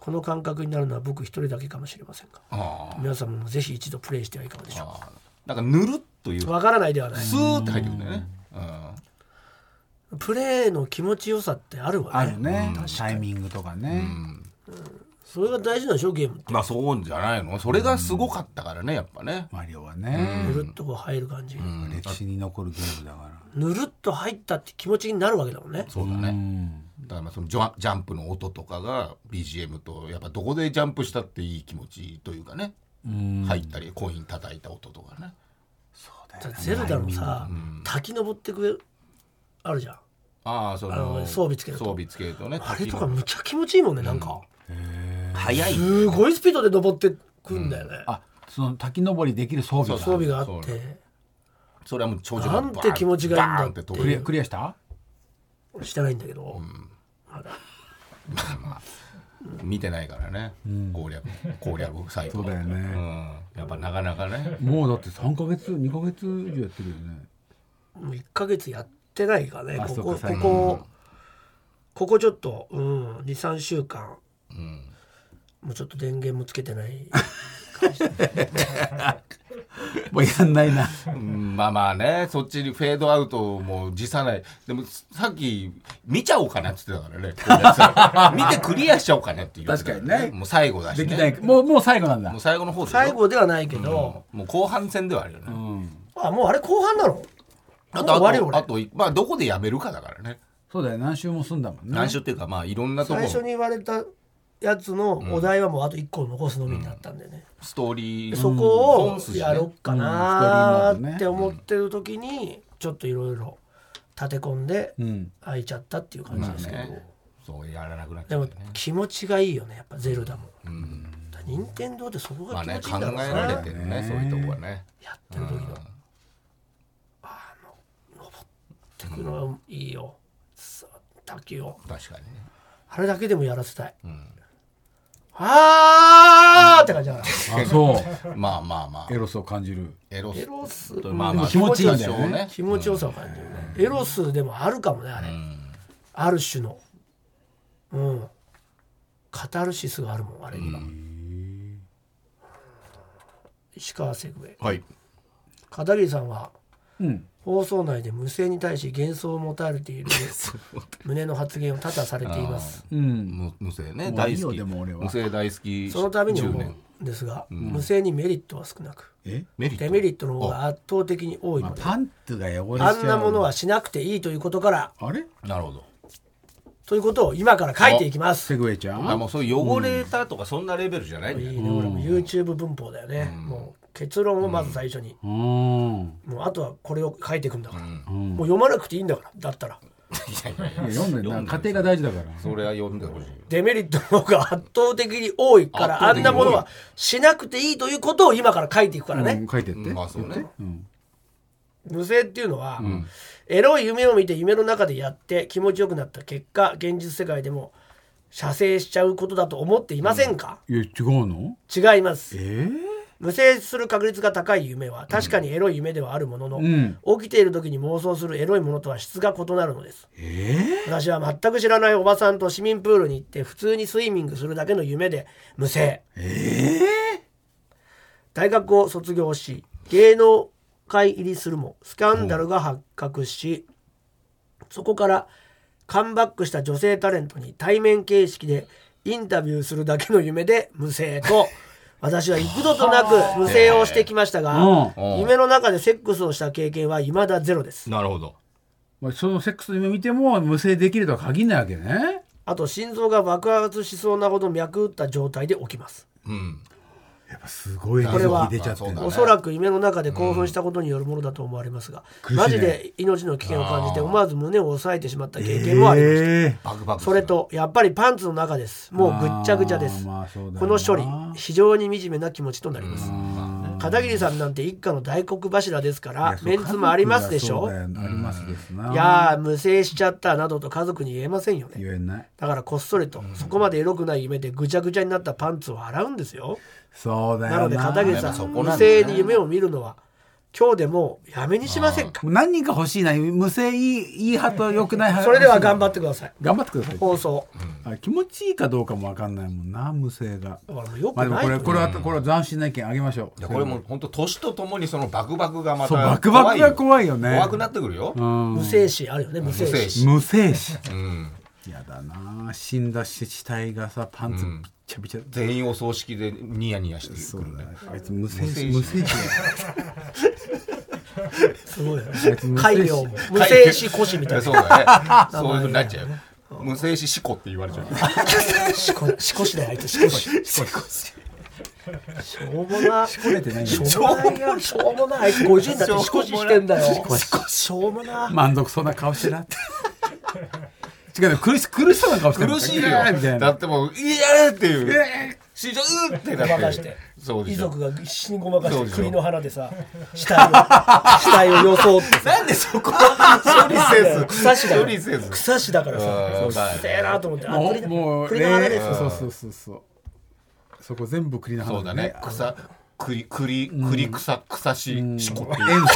Speaker 2: この感覚になるのは僕一人だけかもしれませんが
Speaker 3: あは
Speaker 2: 皆様もぜひ一度プレイしてはいかがでしょう
Speaker 3: あなんかぬるっという
Speaker 2: かわからないではない
Speaker 3: スーッて入ってくるんだよねうん
Speaker 2: プレイの気持ちよさってあるわ
Speaker 4: あ
Speaker 2: ね
Speaker 4: るね、タイミングとかね、
Speaker 2: それが大事なんでしょゲームって
Speaker 3: まあそうじゃないのそれがすごかったからねやっぱね
Speaker 4: マリオはね、
Speaker 2: ぬるっとこう入る感じ、
Speaker 4: 歴史に残るゲームだから、
Speaker 2: ぬるっと入ったって気持ちになるわけだもんね
Speaker 3: そうだねだからまあそのジャンジャンプの音とかが BGM とやっぱどこでジャンプしたっていい気持ちというかね入ったりコイン叩いた音とかね
Speaker 4: そう
Speaker 2: だ
Speaker 4: だ
Speaker 2: っ
Speaker 4: よ
Speaker 2: てゼルダのさ、滝登ってくあるじゃん
Speaker 3: ああそ
Speaker 2: あの
Speaker 3: の
Speaker 2: 装備つけると
Speaker 3: 装備つけるとね
Speaker 2: あれとかむちゃ気持ちいいもんねなんか、
Speaker 3: 早い
Speaker 2: すごいスピードで登ってくんだよね、
Speaker 4: あその滝登りできる装
Speaker 3: そ
Speaker 4: 備
Speaker 3: う
Speaker 4: が
Speaker 2: 装備があっ
Speaker 3: そう
Speaker 2: て
Speaker 3: それはもう頂上
Speaker 2: なんて気持ちがいいんだ
Speaker 3: バーンって飛
Speaker 4: ク
Speaker 3: ぶ
Speaker 4: リアクリアした
Speaker 2: してないんだけど、まだ
Speaker 3: 見てないからね攻略攻略サイト
Speaker 4: そうだよね
Speaker 3: うんやっぱなかなかね
Speaker 4: もうだって3か月2か月以上やってるよね
Speaker 2: もう1か月やってないからね
Speaker 4: あ
Speaker 2: こ
Speaker 4: そう
Speaker 2: こ
Speaker 4: か
Speaker 2: こ
Speaker 4: 最近
Speaker 2: こここちょっと、うん、23週間、もうちょっと電源もつけてない
Speaker 4: もうやんないな
Speaker 3: うんまあまあねそっちにフェードアウトも辞さないでもさっき見ちゃおうかなって言って
Speaker 2: [LAUGHS]
Speaker 3: たからね見てクリアしちゃおうかなっていう
Speaker 4: 確かにね
Speaker 3: もう最後だし、ね、
Speaker 4: できない [LAUGHS] もうもう最後なんだ
Speaker 3: もう最後の方でしょ
Speaker 2: 最後ではないけ
Speaker 3: うん
Speaker 2: ど、
Speaker 3: もう後半戦ではあるよね、
Speaker 2: あもうあれ後半なのもう
Speaker 3: あ
Speaker 2: 終
Speaker 3: とあ
Speaker 2: わるよ
Speaker 3: とあ
Speaker 2: 俺
Speaker 3: とまあどこでやめるかだからね
Speaker 4: そうだよ何周も済んだもんね
Speaker 3: 何種っていうかまあいろんなとこ
Speaker 2: 最初に言われたやつのお題はもうあと1個残すのみになったんでね、
Speaker 3: ストーリー
Speaker 2: そこを
Speaker 3: 本筋ね
Speaker 2: やろっかな
Speaker 4: うんストーリーモード
Speaker 2: ー
Speaker 4: ね
Speaker 2: って思ってる時にちょっといろいろ立て込んで
Speaker 4: うん
Speaker 2: 開いちゃったっていう感じですけど、
Speaker 3: ねそうやらなくなっち
Speaker 2: で
Speaker 3: ゃう
Speaker 2: も
Speaker 3: よね
Speaker 2: 気持ちがいいよねやっぱゼルダも、だから任天堂ってそこ
Speaker 3: ま
Speaker 2: が
Speaker 3: あ
Speaker 2: 気持
Speaker 3: ね
Speaker 2: ちいい
Speaker 3: 考
Speaker 2: んだろうな、
Speaker 3: えられてるねそういうとこはね
Speaker 2: やってる時の、あの登ってくのいいよ、さ滝を
Speaker 3: 確かにね
Speaker 2: あれだけでもやらせたい、あーって感じだ
Speaker 3: [LAUGHS]
Speaker 2: から
Speaker 4: [LAUGHS] あそう
Speaker 3: まあまあまあ
Speaker 4: エロスを感じる
Speaker 3: エロス
Speaker 2: エロス
Speaker 3: まあまあ
Speaker 4: でも気持ちいいんだよね
Speaker 3: 気持ちはしょ
Speaker 2: 気持ちよさ
Speaker 3: う
Speaker 2: を感じるね、エロスでもあるかもねあれ、ある種のうんカタルシスがあるもんあれには、石川セグウェイ
Speaker 3: はい
Speaker 2: 片桐さんは
Speaker 4: うん
Speaker 2: 放送内で無声に対し幻想を持たれてい
Speaker 3: [LAUGHS]
Speaker 2: る胸の発言を多々されています
Speaker 4: うん
Speaker 3: む無声ね
Speaker 4: もう
Speaker 3: 大
Speaker 4: いいよ
Speaker 3: 好き
Speaker 4: でも俺は
Speaker 3: 無声大好き
Speaker 2: そのために
Speaker 3: 10
Speaker 2: 思
Speaker 3: 年
Speaker 2: うんですが、無声にメリットは少なく
Speaker 4: え、
Speaker 3: メリット
Speaker 2: デメリットの方が圧倒的に多い
Speaker 4: まあ
Speaker 2: の、で、
Speaker 4: パンツが汚れちゃ
Speaker 2: あ
Speaker 4: うん
Speaker 2: なものはしなくていいということから
Speaker 4: あれ
Speaker 3: なるほど
Speaker 2: ということを今から書いていきま
Speaker 4: セ
Speaker 2: す
Speaker 4: グウェイちゃん
Speaker 3: あもうそういう汚れたとかそんなレベルじゃないんだ
Speaker 2: い
Speaker 3: よ
Speaker 2: いね俺も YouTube 文法だよね、もう結論をまず最初に、
Speaker 4: うん
Speaker 2: もうあとはこれを書いていくんだから、もう読まなくていいんだからだったら
Speaker 3: いやいやいや
Speaker 4: 読んでな家庭が大事だから
Speaker 3: それは読んでほしい
Speaker 2: デメリットの方が圧倒的に多いからあん
Speaker 3: 圧倒的に多い
Speaker 2: なものはしなくていいということを今から書いていくからね、
Speaker 4: うん書いてって、
Speaker 3: まあそうね
Speaker 2: 無声っていうのは、エロい夢を見て夢の中でやって気持ちよくなった結果現実世界でも射精しちゃうことだと思っていませんか、
Speaker 4: いや違うの
Speaker 2: 違います
Speaker 4: え
Speaker 2: 無精する確率が高い夢は確かにエロい夢ではあるものの、
Speaker 4: ん
Speaker 2: 起きている時に妄想するエロいものとは質が異なるのです
Speaker 4: ええ
Speaker 2: 私は全く知らないおばさんと市民プールに行って普通にスイミングするだけの夢で無声
Speaker 4: ええ
Speaker 2: 大学を卒業し芸能界入りするもスキャンダルが発覚し、そこからカムバックした女性タレントに対面形式でインタビューするだけの夢で無声と私は幾度となく無声をしてきましたが、
Speaker 3: うん
Speaker 2: 夢の中でセックスをした経験は未だゼロです
Speaker 3: なるほど
Speaker 4: まあ、そのセックスの夢見ても無制できるとは限らないわけね
Speaker 2: あと心臓が爆発しそうなほど脈打った状態で起きます
Speaker 3: うん
Speaker 4: やっぱすごい
Speaker 3: これ
Speaker 2: は
Speaker 4: 出ちゃってん
Speaker 3: あ
Speaker 4: だ
Speaker 3: そ
Speaker 2: お
Speaker 3: う
Speaker 2: そらく夢の中で興奮したことによるものだと思われますが、
Speaker 4: 苦しいね
Speaker 2: マジで命の危険を感じて思わず胸を押さえてしまった経験もありました、
Speaker 4: え
Speaker 3: バクバク
Speaker 2: それとやっぱりパンツの中ですもうぐっちゃぐちゃです、
Speaker 4: あーまあそうだよな
Speaker 2: この処理非常に惨めな気持ちとなります片桐さんなんて一家の大黒柱ですからメンツもありますでしょ
Speaker 4: いやそう家族がそうだよありますですない
Speaker 2: やー無制しちゃったなどと家族に言えませんよね
Speaker 4: 言えない
Speaker 2: だからこっそりとそこまでエロくない夢でぐちゃぐちゃになったパンツを洗うんですよ
Speaker 4: そうだよ
Speaker 2: なので片桐
Speaker 3: や
Speaker 2: さ
Speaker 3: っぱそ
Speaker 2: ん
Speaker 3: こ
Speaker 2: 無
Speaker 3: なんだ
Speaker 2: 性
Speaker 3: ね
Speaker 2: に夢を見るのは今日でもうやめにしませんか
Speaker 4: もう何人か欲しいな無声いいいい派と良くない派
Speaker 2: それでは頑張
Speaker 4: っ
Speaker 2: ってください
Speaker 4: 頑張ってください
Speaker 2: 放送
Speaker 4: あ気持ちいいかどうかもわかんないもんな無声が
Speaker 2: だからもうよく
Speaker 4: まあでも
Speaker 2: ない
Speaker 4: これ
Speaker 2: と
Speaker 4: これはこれは斬新な意見あげましょう
Speaker 3: いやこれも本当年とともにそのバクバクがまた
Speaker 4: そうバクバクが
Speaker 3: いよ
Speaker 4: 怖いよね
Speaker 3: 怖くなってくるよ、
Speaker 4: うん
Speaker 2: 無精子あるよね無精
Speaker 3: 無精
Speaker 2: 子
Speaker 3: 子
Speaker 4: 無精子
Speaker 3: うん
Speaker 4: やだなあ死んだ死体がさパンツびっちゃびちゃ、
Speaker 3: 全員お葬式でニヤニヤして
Speaker 4: そ
Speaker 3: く
Speaker 4: う
Speaker 3: る
Speaker 4: だ
Speaker 3: ね
Speaker 4: ねあいつ無精子無
Speaker 3: 無
Speaker 4: 精
Speaker 3: 精
Speaker 4: 子
Speaker 2: すごいよね
Speaker 4: いつ無精子
Speaker 2: 海洋無精子腰みたいな
Speaker 3: そうだねそういうふうになっちゃうよ無精子死故って言われちゃう
Speaker 2: しこしこしだよあいつしこし
Speaker 4: [LAUGHS]
Speaker 2: しょうもなし
Speaker 4: 取れてないんだよ
Speaker 2: ょうもないよしょうもないあいつ50になってしこししてんだよしょうもな
Speaker 4: 満足そうな顔してなって [LAUGHS] 違うね苦し苦しそうな顔してる
Speaker 3: [LAUGHS] 苦しい
Speaker 4: みたい
Speaker 3: よだ
Speaker 4: な
Speaker 3: ってもう「いや!」っていう
Speaker 4: え
Speaker 3: 「死んじゃう!」って
Speaker 2: ごま
Speaker 3: な
Speaker 2: か
Speaker 3: っ
Speaker 2: して
Speaker 3: てそうで
Speaker 2: 遺
Speaker 3: しょ
Speaker 2: 族が必死にごまかし
Speaker 3: そう
Speaker 2: て
Speaker 3: でしょ
Speaker 2: 栗の花でさ死体を死体を装ってさ
Speaker 3: なんでそこは処理せず
Speaker 2: [LAUGHS] 草死だか
Speaker 3: 処理せ
Speaker 2: ら
Speaker 3: ず
Speaker 2: 草死だから
Speaker 3: あ
Speaker 2: さ
Speaker 3: ー
Speaker 2: うっせえなと思ってあ栗
Speaker 4: も
Speaker 2: だ
Speaker 4: うもう
Speaker 2: 栗の花で
Speaker 4: れ
Speaker 2: す
Speaker 4: そうそうそうそうそこ全部栗の花
Speaker 3: そうだね草栗栗栗草草し死故っていう
Speaker 4: 塩素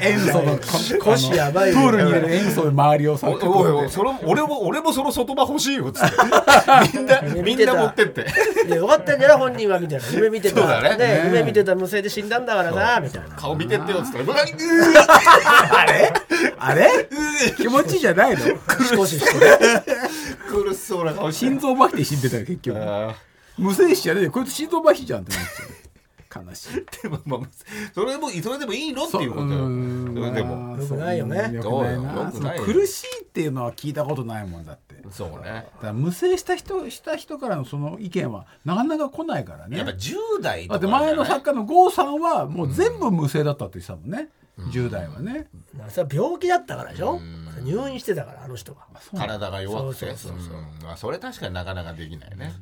Speaker 4: 塩
Speaker 3: [LAUGHS]
Speaker 4: 素の
Speaker 2: 少しやばい
Speaker 4: プールにい
Speaker 2: よ
Speaker 4: る塩素で周りをさ
Speaker 3: おおいおいそれも俺も俺もその外場欲しいよっつって [LAUGHS] みんなみんな持ってって
Speaker 2: いやよかったんじゃない本人はみたいな夢見て
Speaker 3: そうだ
Speaker 2: た
Speaker 3: ね
Speaker 2: ね夢見てた無声で死んだんだからなみたいな
Speaker 3: 顔見てってよっつってうわうー
Speaker 4: あれ気持ちいいじ
Speaker 3: [LAUGHS]
Speaker 4: ゃないの
Speaker 2: しこしして
Speaker 3: 苦しそうな顔して
Speaker 4: 心臓麻痺で死んでたよ結局
Speaker 3: あ
Speaker 4: 無精子じゃねえよこいつ心臓麻痺じゃんってなっちゃう悲しい
Speaker 3: ーでもまあそれもそれでもいいのっていうこと
Speaker 4: う
Speaker 3: よ
Speaker 4: ん
Speaker 3: でも
Speaker 2: よくないよね
Speaker 4: よくないな
Speaker 3: そうよよくない
Speaker 4: その苦しいっていうのは聞いたことないもんだってだ
Speaker 3: そうね
Speaker 4: から無制した人した人からのその意見はなかなか来ないからね
Speaker 3: やっぱ10代
Speaker 4: だっ
Speaker 3: と
Speaker 4: て
Speaker 3: かなんじゃな
Speaker 4: 前
Speaker 3: い
Speaker 4: の作家の郷さんはもう全部無制だったって言ってたもんね、10代はね、
Speaker 2: それは病気だったからでしょ入院してたからあの人は
Speaker 3: 体が弱くて
Speaker 2: そうそうそうそう
Speaker 3: うんあそれ確かになかなかできないね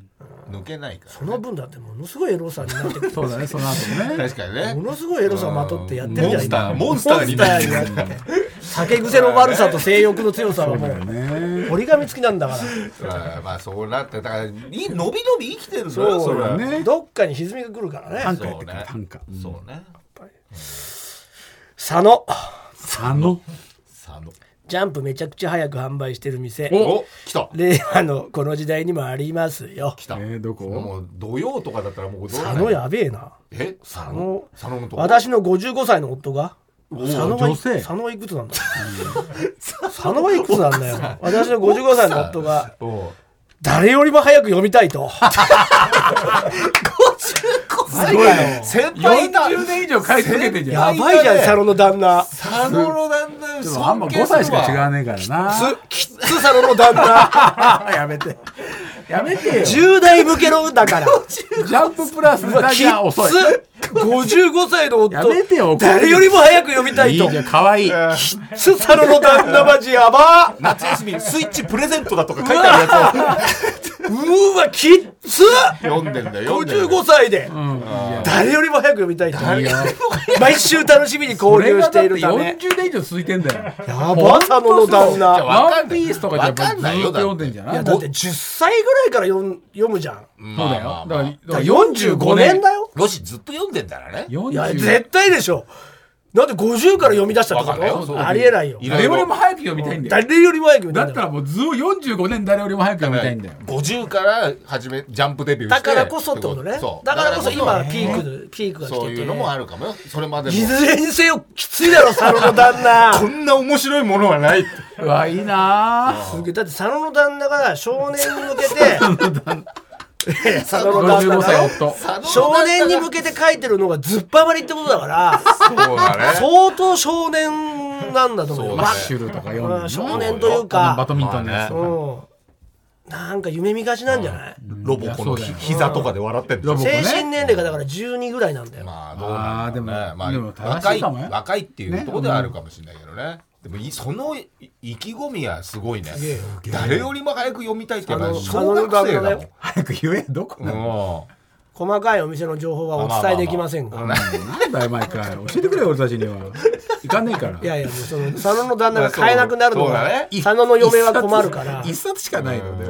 Speaker 3: 抜けないから
Speaker 2: その分だってものすごいエロさになってくる
Speaker 4: そうだねその後もね
Speaker 3: 確かにね
Speaker 2: ものすごいエロさをまとってやってるじゃん今
Speaker 3: モンスターモンスターになってる
Speaker 2: モンスターになってる酒癖の悪さと性欲の強さはもう
Speaker 4: ね
Speaker 2: 折り紙付きなんだから
Speaker 3: あーまあそうなってだからい伸び伸び生きてるの
Speaker 2: そう
Speaker 3: よそれは
Speaker 4: ね
Speaker 2: どっかに歪みが来るからね
Speaker 4: 短歌やっ
Speaker 3: そ
Speaker 4: て
Speaker 3: う
Speaker 4: くる
Speaker 3: ね
Speaker 4: 短歌
Speaker 3: そうね
Speaker 2: 佐野
Speaker 4: 佐野
Speaker 3: 佐野
Speaker 2: ジャンプめちゃくちゃ早く販売してる店
Speaker 3: お来た
Speaker 2: 令和のこの時代にもありますよ
Speaker 3: 来た
Speaker 4: えーどこ
Speaker 3: もう土曜とかだったらもう
Speaker 2: 佐野
Speaker 3: や
Speaker 2: やべえな
Speaker 3: え佐
Speaker 2: あ
Speaker 3: 野
Speaker 2: の
Speaker 3: 佐野のとこ
Speaker 2: 私の55歳の夫が
Speaker 4: お
Speaker 2: 佐野はい
Speaker 4: 女性
Speaker 2: 佐野はいくつなんだ佐野はいくつなんだ
Speaker 4: [LAUGHS]
Speaker 2: よ私の55歳の夫が
Speaker 3: おう
Speaker 2: 誰よりも早く読みたい
Speaker 4: [LAUGHS]
Speaker 2: と
Speaker 4: すごいよ
Speaker 3: 先輩だ
Speaker 4: 40年以上買い続けてんじゃん
Speaker 2: やばいじゃん佐野の旦那
Speaker 3: 佐野の旦那
Speaker 4: でもあんま5歳しか違わねえからな。
Speaker 2: きつ佐野の旦 [LAUGHS] 那
Speaker 4: やめて。やめてよ。ジ
Speaker 2: 10代向けのだから
Speaker 4: ャンププラスだけは遅い。
Speaker 2: 55歳の夫
Speaker 4: やめてよ。
Speaker 2: 誰よりも早く読みた
Speaker 4: い
Speaker 2: い
Speaker 4: い
Speaker 2: と
Speaker 4: じゃん、かわいい。
Speaker 2: きつ佐野の旦那マジやば
Speaker 3: 夏休みにスイッチプレゼントだとか書いてあるや
Speaker 2: うーわきっつ
Speaker 3: つを読んでんだ
Speaker 4: [LAUGHS]
Speaker 3: よ読んでんだ
Speaker 2: 55
Speaker 3: よ
Speaker 2: 歳で誰よりも早く読みたいと毎週楽しみに
Speaker 4: こ
Speaker 2: 交
Speaker 4: れ
Speaker 2: 流
Speaker 4: がだ
Speaker 2: し
Speaker 4: って
Speaker 2: ているため
Speaker 4: 40年以上続いてんだよ。
Speaker 2: やば佐野の旦
Speaker 3: いや
Speaker 2: 那
Speaker 3: わ
Speaker 4: ワ
Speaker 3: か
Speaker 4: ン
Speaker 3: ん
Speaker 4: ピ
Speaker 3: ない
Speaker 4: ースとかじゃやっぱ
Speaker 3: わか
Speaker 4: ず
Speaker 3: ん
Speaker 4: ー
Speaker 3: ないよ
Speaker 4: っと読んでんじゃないい
Speaker 2: や
Speaker 4: そ
Speaker 2: だ
Speaker 4: う
Speaker 2: って10歳ぐらいから読ん読むじゃんだ
Speaker 3: うん
Speaker 4: だ
Speaker 3: ま
Speaker 4: よ
Speaker 3: あ。
Speaker 4: だ
Speaker 3: ま
Speaker 4: から
Speaker 3: あま
Speaker 2: か
Speaker 3: あ
Speaker 4: だから
Speaker 2: ら45年だよ
Speaker 3: よしずっと読んでんだからね
Speaker 2: いや
Speaker 4: 45
Speaker 2: 絶対でしょなんで50から読み出したってこ
Speaker 3: わかんないよそう
Speaker 2: とありえないよ
Speaker 3: いろ
Speaker 4: 誰よりも早く読みたいんだよ。
Speaker 2: 誰よりも早く読みた
Speaker 4: だ
Speaker 2: いんだ
Speaker 4: った
Speaker 2: から
Speaker 4: もうずー45年誰よりも早く読みたいんだよ。
Speaker 3: 50から始めジャンプデビュー
Speaker 2: だ
Speaker 3: して
Speaker 2: からこそってことね
Speaker 3: そう
Speaker 2: だからこそ今
Speaker 3: だ
Speaker 2: ピークピークが来てて
Speaker 3: そういうのもあるかもよそれまでも
Speaker 2: いずれにせよきついだろ佐野の旦
Speaker 3: [LAUGHS]
Speaker 2: 那
Speaker 3: こんな面白いものはないって
Speaker 4: うわ、いいなぁ。
Speaker 2: すげえだって佐野の旦那が少年に向けていや [LAUGHS] 佐野の旦那
Speaker 4: 55
Speaker 2: がよ
Speaker 4: 歳夫。
Speaker 2: 少年に向けて書いてるのがずっぱまりってことだから
Speaker 3: そうだね
Speaker 2: 相当少年なんだと思うよ
Speaker 3: そう
Speaker 4: マ
Speaker 3: だ
Speaker 4: ッ
Speaker 2: ま
Speaker 3: ね
Speaker 4: シュルとか読んでん
Speaker 2: あう
Speaker 4: の
Speaker 2: ん少年という
Speaker 4: あのバ
Speaker 2: か
Speaker 4: ドミントンのやつとか
Speaker 3: ま
Speaker 2: うんなんか夢見がちなんじゃない
Speaker 3: ロボコの
Speaker 4: いやそうだ
Speaker 3: ひ
Speaker 4: よ
Speaker 3: 膝とかで笑ってるでしょ
Speaker 4: ロボコ
Speaker 2: 精神年齢がだから12ぐらいなんだよ
Speaker 3: まあどうなんだろうね
Speaker 4: あーでも
Speaker 3: まあ
Speaker 4: でも正しい
Speaker 3: 若い
Speaker 4: かもよ
Speaker 3: 若いっていうところではあるかもしれないけどねでもいそのい意気込みはすごいね
Speaker 2: げえよ
Speaker 3: 誰よりも早く読みたいっていうの
Speaker 2: あ
Speaker 3: は
Speaker 2: の
Speaker 3: 小学生だもん
Speaker 4: 早く言え、どこなの
Speaker 3: う
Speaker 2: 細かいお店の情報はお伝えできませんが
Speaker 3: ん
Speaker 4: なんだよ毎回教えてくれよ俺たちには行かねえから
Speaker 2: いやいやもうその佐野の旦那が買えなくなるの
Speaker 3: そうだ
Speaker 2: が
Speaker 3: ね
Speaker 2: 佐野の嫁は困るから
Speaker 4: 一冊しかないので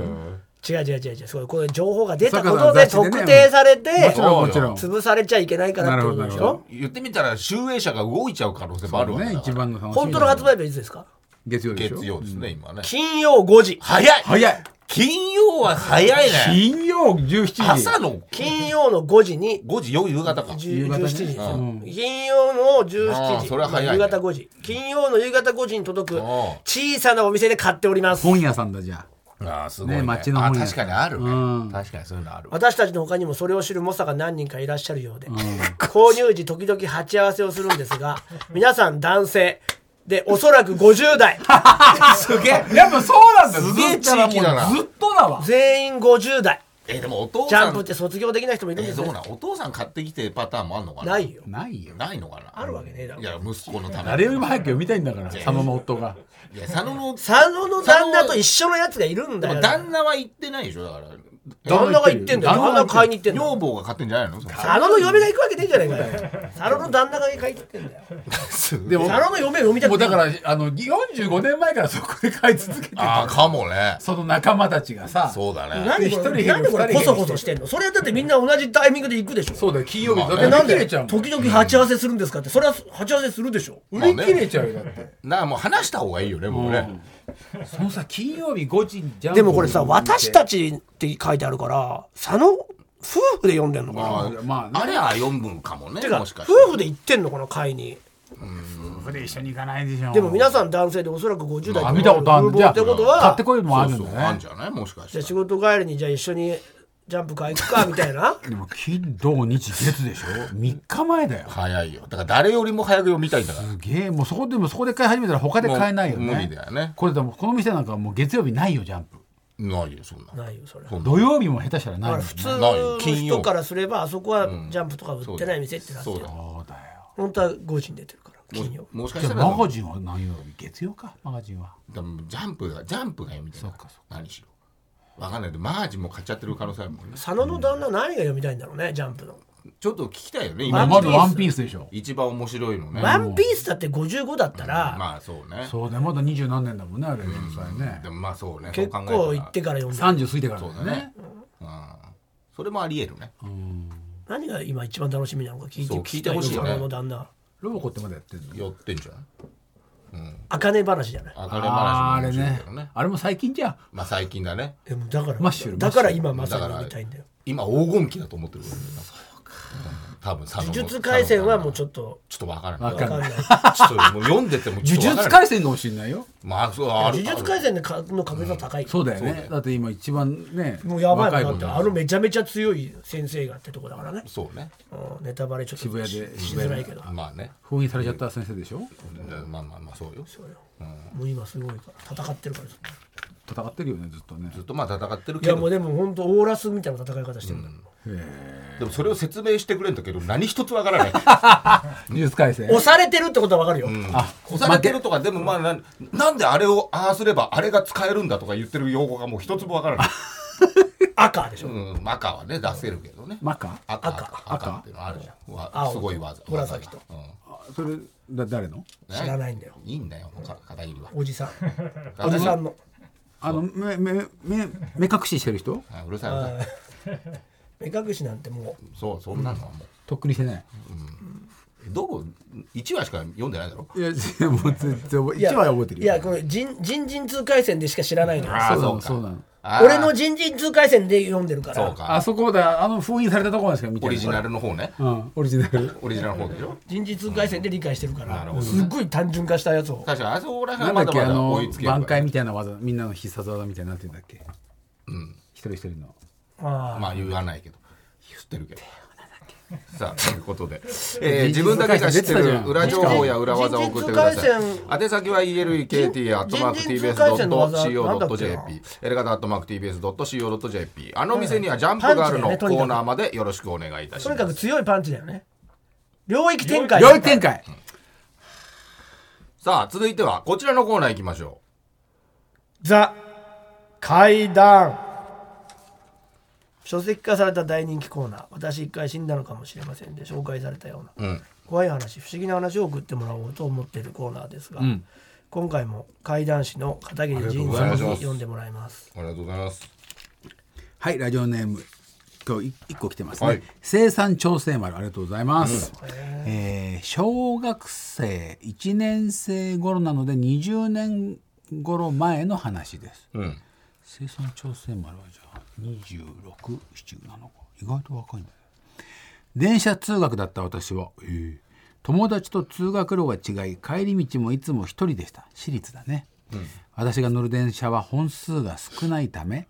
Speaker 2: 違う違う違う違うそうこういう情報が出たこ
Speaker 4: そう
Speaker 2: と
Speaker 4: か
Speaker 2: で
Speaker 4: 雑誌でね
Speaker 2: 特定されて
Speaker 4: もちろんもちろん
Speaker 2: 潰されちゃいけないからってことでし
Speaker 4: なるほ
Speaker 2: ょ
Speaker 4: ど
Speaker 3: 言ってみたら集英社が動いちゃう可能性もあるわけ
Speaker 4: ね
Speaker 3: だ
Speaker 4: 一
Speaker 3: から
Speaker 4: 番の楽しみ
Speaker 2: 本当の発売日はいつですか
Speaker 4: 月曜でしょ
Speaker 3: 月曜ですね今ね
Speaker 2: 金曜5時
Speaker 3: 早い
Speaker 4: 早い
Speaker 3: 金曜は早いね
Speaker 4: 金曜17時
Speaker 3: 朝の
Speaker 2: 金曜の5時に
Speaker 3: 5時夕方か
Speaker 2: 10
Speaker 4: 夕方ね
Speaker 2: 17時ですよ、
Speaker 3: う
Speaker 2: 金曜の17
Speaker 3: あ
Speaker 2: 時
Speaker 3: ーそれは早いね
Speaker 2: 夕方5時金曜の夕方5時に届く
Speaker 3: あー
Speaker 2: 小さなお店で買っております
Speaker 4: 本屋さんだじゃ
Speaker 3: ああすごいね
Speaker 4: ね街の方
Speaker 3: あ
Speaker 4: に
Speaker 3: 確かにあるね、
Speaker 4: うん
Speaker 3: 確かにそういうのあるわ
Speaker 2: 私たちの他にもそれを知る猛者が何人かいらっしゃるようで、購入時時々鉢合わせをするんですが皆さん男性でおそらく50代
Speaker 4: [LAUGHS]
Speaker 3: すげえ
Speaker 4: あやっぱそうなんだよ
Speaker 3: すげえ地域だな
Speaker 4: ずっとだわ
Speaker 2: 全員50代
Speaker 3: えでもお父
Speaker 2: ジャ
Speaker 3: さ
Speaker 2: ン
Speaker 3: ん
Speaker 2: プって卒業できない人もいるん
Speaker 3: え
Speaker 2: です
Speaker 3: そう
Speaker 2: よ、
Speaker 3: なんお父さん買ってきてパターンもあんのかな
Speaker 2: ないよ
Speaker 4: ないよ
Speaker 3: ないのかな
Speaker 2: あるわけねえだろ
Speaker 3: いや息子のため
Speaker 4: 誰よりも早く読みたいんだから佐野の夫が
Speaker 3: いや佐野の
Speaker 2: 佐野の旦那と一緒のやつがいるん
Speaker 3: で
Speaker 2: だ
Speaker 3: も
Speaker 2: よ
Speaker 3: 旦那は行ってないでしょだから
Speaker 2: 旦那が言ってんだよ
Speaker 4: 旦那
Speaker 2: 旦那
Speaker 4: が言ってる
Speaker 2: 買いに行ってんだよ
Speaker 3: 女房が買ってんじゃないのそれ
Speaker 2: 佐野の嫁が行くわけねえじゃないかよ佐野の旦那が買いに行ってんだよ
Speaker 4: でも
Speaker 2: 佐野の嫁を読みた
Speaker 4: も
Speaker 2: く
Speaker 4: うだ
Speaker 2: て
Speaker 4: からあの45年前からそこで買い続けて
Speaker 3: [LAUGHS] ああかもね
Speaker 4: その仲間たちがさ
Speaker 3: そうだね
Speaker 2: なんでこ
Speaker 4: 一人
Speaker 2: れ
Speaker 4: 減る
Speaker 2: なんでこれ
Speaker 4: 二
Speaker 2: こ
Speaker 4: 人
Speaker 2: そ
Speaker 4: 減る
Speaker 2: こそしてんのそれだってみんな同じタイミングで行くでしょ
Speaker 4: そうだよ金曜日
Speaker 3: まあ
Speaker 4: だっ
Speaker 3: ね
Speaker 4: て
Speaker 2: えな
Speaker 4: 売
Speaker 2: ん
Speaker 4: り切れ
Speaker 2: で
Speaker 4: ちゃうもん
Speaker 2: 時々鉢合わせするんですかってそれは鉢合わせするでしょ
Speaker 4: 売り切れちゃうよだって
Speaker 3: なあもう話した方がいいよねもうね
Speaker 4: そのさ金曜日5時じゃん
Speaker 2: でもこれさ「私たち」って書いてあるから佐野夫婦で読んでんのかな
Speaker 3: あ
Speaker 4: うんま
Speaker 3: あ
Speaker 4: あね
Speaker 3: れは読むかもね
Speaker 2: てか
Speaker 3: もしか
Speaker 2: 夫
Speaker 3: したら
Speaker 2: 婦で行ってんのかな会に
Speaker 4: 夫婦で一緒に行かないでしょ
Speaker 2: でも皆
Speaker 4: ん
Speaker 2: さん男性でおそらく50代
Speaker 4: あ見たことある
Speaker 2: 風貌ってこと
Speaker 4: 買っ
Speaker 2: は
Speaker 4: てこいもある
Speaker 3: そ
Speaker 4: ん
Speaker 3: うそうあ
Speaker 4: だ
Speaker 3: ん
Speaker 4: ね
Speaker 3: じゃないもしかし
Speaker 2: じゃあ
Speaker 3: たら
Speaker 2: 仕事帰りにじゃあ一緒にジャンプ買いに行くかみたいな
Speaker 4: でも金土日月でしょ3日前だよ
Speaker 3: 早いよだから誰よりも早く読みたいんだから
Speaker 4: すげえもうそこでもそこで買い始めたら他で買えないよね
Speaker 3: もう無理だよね
Speaker 4: これでもこの店なんかもう月曜日ないよジャンプ
Speaker 3: ないよそんな
Speaker 2: ないよそれ
Speaker 3: そんな
Speaker 4: 土曜日も下手したらない
Speaker 2: だ
Speaker 4: も
Speaker 2: か
Speaker 4: ん
Speaker 2: ら
Speaker 4: ね
Speaker 2: 普通
Speaker 4: そ
Speaker 2: の人からすればあそこはジャンプとか売ってない店ってなって
Speaker 3: そう
Speaker 2: る
Speaker 3: だよ
Speaker 4: うだよ
Speaker 2: 本当は5時に出てるから金曜
Speaker 3: もしか
Speaker 4: じ
Speaker 3: し
Speaker 4: ゃ
Speaker 3: た
Speaker 4: あ
Speaker 3: ら
Speaker 4: マガジンは何曜日月曜かマガジンは
Speaker 3: でもジャンプがジャンプが読みたいな
Speaker 4: そっかそ
Speaker 3: 何しろわかんないけどマージンも買っちゃってる可能性あるもんね
Speaker 2: 佐野の旦那何が読みたいんだろうねジャンプの
Speaker 3: ちょっと聞きたいよね
Speaker 4: ま
Speaker 3: 今
Speaker 4: ずワンピースでしょ
Speaker 3: 一番面白いのね
Speaker 2: ワンピースだって55だったら
Speaker 3: まあそうね
Speaker 4: そうだよまだ二十何年だもんねあれ連載ね
Speaker 3: でもまあそうね
Speaker 2: 結
Speaker 3: そう考
Speaker 2: 構
Speaker 3: えた
Speaker 2: 行
Speaker 3: ら
Speaker 2: ってから読んで
Speaker 4: 30過ぎてから
Speaker 3: そう
Speaker 4: だ
Speaker 3: だ
Speaker 4: よね
Speaker 3: ねうんそれもありえるね
Speaker 2: 何が今一番楽しみなのか聞いて
Speaker 3: そう
Speaker 2: 聞いてほしいよ
Speaker 3: 聞いてほしいよね
Speaker 2: 佐野の旦那
Speaker 4: ロボコってまだやってんの
Speaker 3: 寄ってんじゃん
Speaker 2: 茜話じゃない
Speaker 3: あれ
Speaker 4: あーあ
Speaker 3: 話も
Speaker 4: れ
Speaker 3: 面白い
Speaker 4: ね
Speaker 3: けどね
Speaker 4: あれも最近じゃん
Speaker 3: まあ最近だね
Speaker 2: でもだから
Speaker 4: マッシュル
Speaker 2: だから今
Speaker 3: マ
Speaker 2: ま
Speaker 3: ッシュ
Speaker 2: さ
Speaker 3: ル
Speaker 2: に読みたいんだよ
Speaker 3: 今黄金期だと思ってるからねそうか多分
Speaker 2: 呪術廻戦はもうち
Speaker 3: ょっ
Speaker 2: ょっと
Speaker 3: とちょっとわから
Speaker 4: わ
Speaker 3: ない
Speaker 4: かんない
Speaker 2: わかんない
Speaker 3: ちょっともう読んでてもちょ
Speaker 4: 呪
Speaker 3: っとわ
Speaker 4: 術
Speaker 3: からない
Speaker 4: 廻戦かもしれないよ
Speaker 3: まあそうあ
Speaker 2: 呪
Speaker 3: る
Speaker 2: 術廻戦でかの確率は高い
Speaker 4: そうだよ
Speaker 3: そうだ
Speaker 4: ね
Speaker 3: よ
Speaker 4: だって今一番ね
Speaker 2: もうやばいも
Speaker 4: 若
Speaker 2: ん
Speaker 4: い
Speaker 2: だ
Speaker 4: 子
Speaker 2: って
Speaker 4: だ
Speaker 2: あのめちゃめちゃ強い先生がってとこだからね
Speaker 3: そうね
Speaker 2: うんネタバレちょっと
Speaker 4: 渋谷で
Speaker 2: ししづらいけど
Speaker 3: まあね
Speaker 4: 封印されちゃった先生でしょ
Speaker 3: まあまあまあそうよ
Speaker 2: そうよもう今すごいから戦ってるからずっと
Speaker 4: 戦ってるよねずっとね
Speaker 3: ずっとまあ戦ってる
Speaker 2: い
Speaker 3: け
Speaker 2: やもう
Speaker 3: ど
Speaker 2: でも本当オーラスみたいな戦い方してるんだ、
Speaker 3: でもそれを説明してくれんだけど何一つわから
Speaker 2: [LAUGHS]
Speaker 3: ない
Speaker 4: 呪術廻戦
Speaker 2: 押されてるってことはわかるよ、
Speaker 4: あ
Speaker 3: 押されてるとかでもまあなんなんであれをああすればあれが使えるんだとか言ってる用語がもう一つもわからない
Speaker 2: 赤でしょ、
Speaker 3: うんマカはね出せるけどね
Speaker 4: マカ
Speaker 3: 赤
Speaker 2: 赤
Speaker 3: 赤赤っていうのあるじゃんわ
Speaker 2: 青
Speaker 3: すごい技
Speaker 2: 紫と
Speaker 3: 技が
Speaker 4: それだ誰の
Speaker 3: うん
Speaker 2: 知らないんだよ
Speaker 3: いいんだよか片桐は
Speaker 2: おじさんおじさんの
Speaker 4: あの目目目目隠ししてる人
Speaker 3: あうるさいうるさい
Speaker 2: 目隠しなんてもう
Speaker 3: そうそんなのはも
Speaker 4: とっくにしてないう
Speaker 3: どこ1話しか読んでないだろ
Speaker 4: いやもう全然
Speaker 2: いや
Speaker 4: 一話覚えてるよ
Speaker 2: いやこれ人人人通回戦でしか知らないのよ
Speaker 3: あー
Speaker 4: そうな
Speaker 3: そう
Speaker 4: の
Speaker 3: か
Speaker 4: そうなの
Speaker 3: あー
Speaker 2: 俺の人人通回戦で読んでるから
Speaker 3: そうか
Speaker 4: あそこだあの封印されたところなんですか見て
Speaker 3: オリジナ
Speaker 4: ル
Speaker 3: ルの方ね
Speaker 4: うんオリジナル
Speaker 3: オリジナルの方でしょ
Speaker 2: 人人通回戦で理解してるから、
Speaker 3: なるほどね
Speaker 2: すっごい単純化したやつを
Speaker 3: 確かにあそこら
Speaker 4: な
Speaker 3: 辺
Speaker 4: ん
Speaker 3: はまだ
Speaker 4: だっけ
Speaker 3: ま
Speaker 4: あ
Speaker 3: だ
Speaker 4: の
Speaker 3: 追いつけば
Speaker 4: 挽回みたいな技みんなの必殺技みたいになってんだっけ一人一人の
Speaker 2: あ
Speaker 3: まあ言わないけど言ってるけどさあということで、えー、自分だけが知って
Speaker 4: 出てたじ
Speaker 3: る
Speaker 4: ゃん
Speaker 3: 裏情報や裏技を送ってくだ
Speaker 2: 人
Speaker 3: さ
Speaker 2: 人通
Speaker 3: い宛先は elekt.tbs.co.jp エレガタ .tbs.co.jp あの店にはジャンプがあるの
Speaker 2: パンチだよね
Speaker 3: コ
Speaker 2: とにかく
Speaker 3: ーナーまでよろしくお願いいたし
Speaker 2: と
Speaker 3: ま
Speaker 2: にかく
Speaker 3: す
Speaker 2: 強いパンチだよね領域展開
Speaker 4: 領域展開
Speaker 3: さあ続いてはこちらのコーナー行きましょ
Speaker 2: ザ怪談書籍化された大人気コーナー私一回死んだのかもしれませんで紹介されたよう
Speaker 3: う
Speaker 2: な、
Speaker 3: うん
Speaker 2: 怖い話不思議な話を送ってもらおうと思っているコーナーですが、
Speaker 4: ん
Speaker 2: 今回も怪談師の片桐仁さんに読んでもらいます
Speaker 3: ありがとうございます
Speaker 4: はいラジオネーム今日い一個来てますね、
Speaker 3: はい
Speaker 4: 生産調整丸ありがとうございます、えー小学生1年生頃なので20年頃前の話です
Speaker 3: うん。
Speaker 4: 生産調整丸はじゃあ267なのか意外と若いんだね電車通学だった私は、えー友達と通学路が違い帰り道もいつも一人でした私立だね、私が乗る電車は本数が少ないため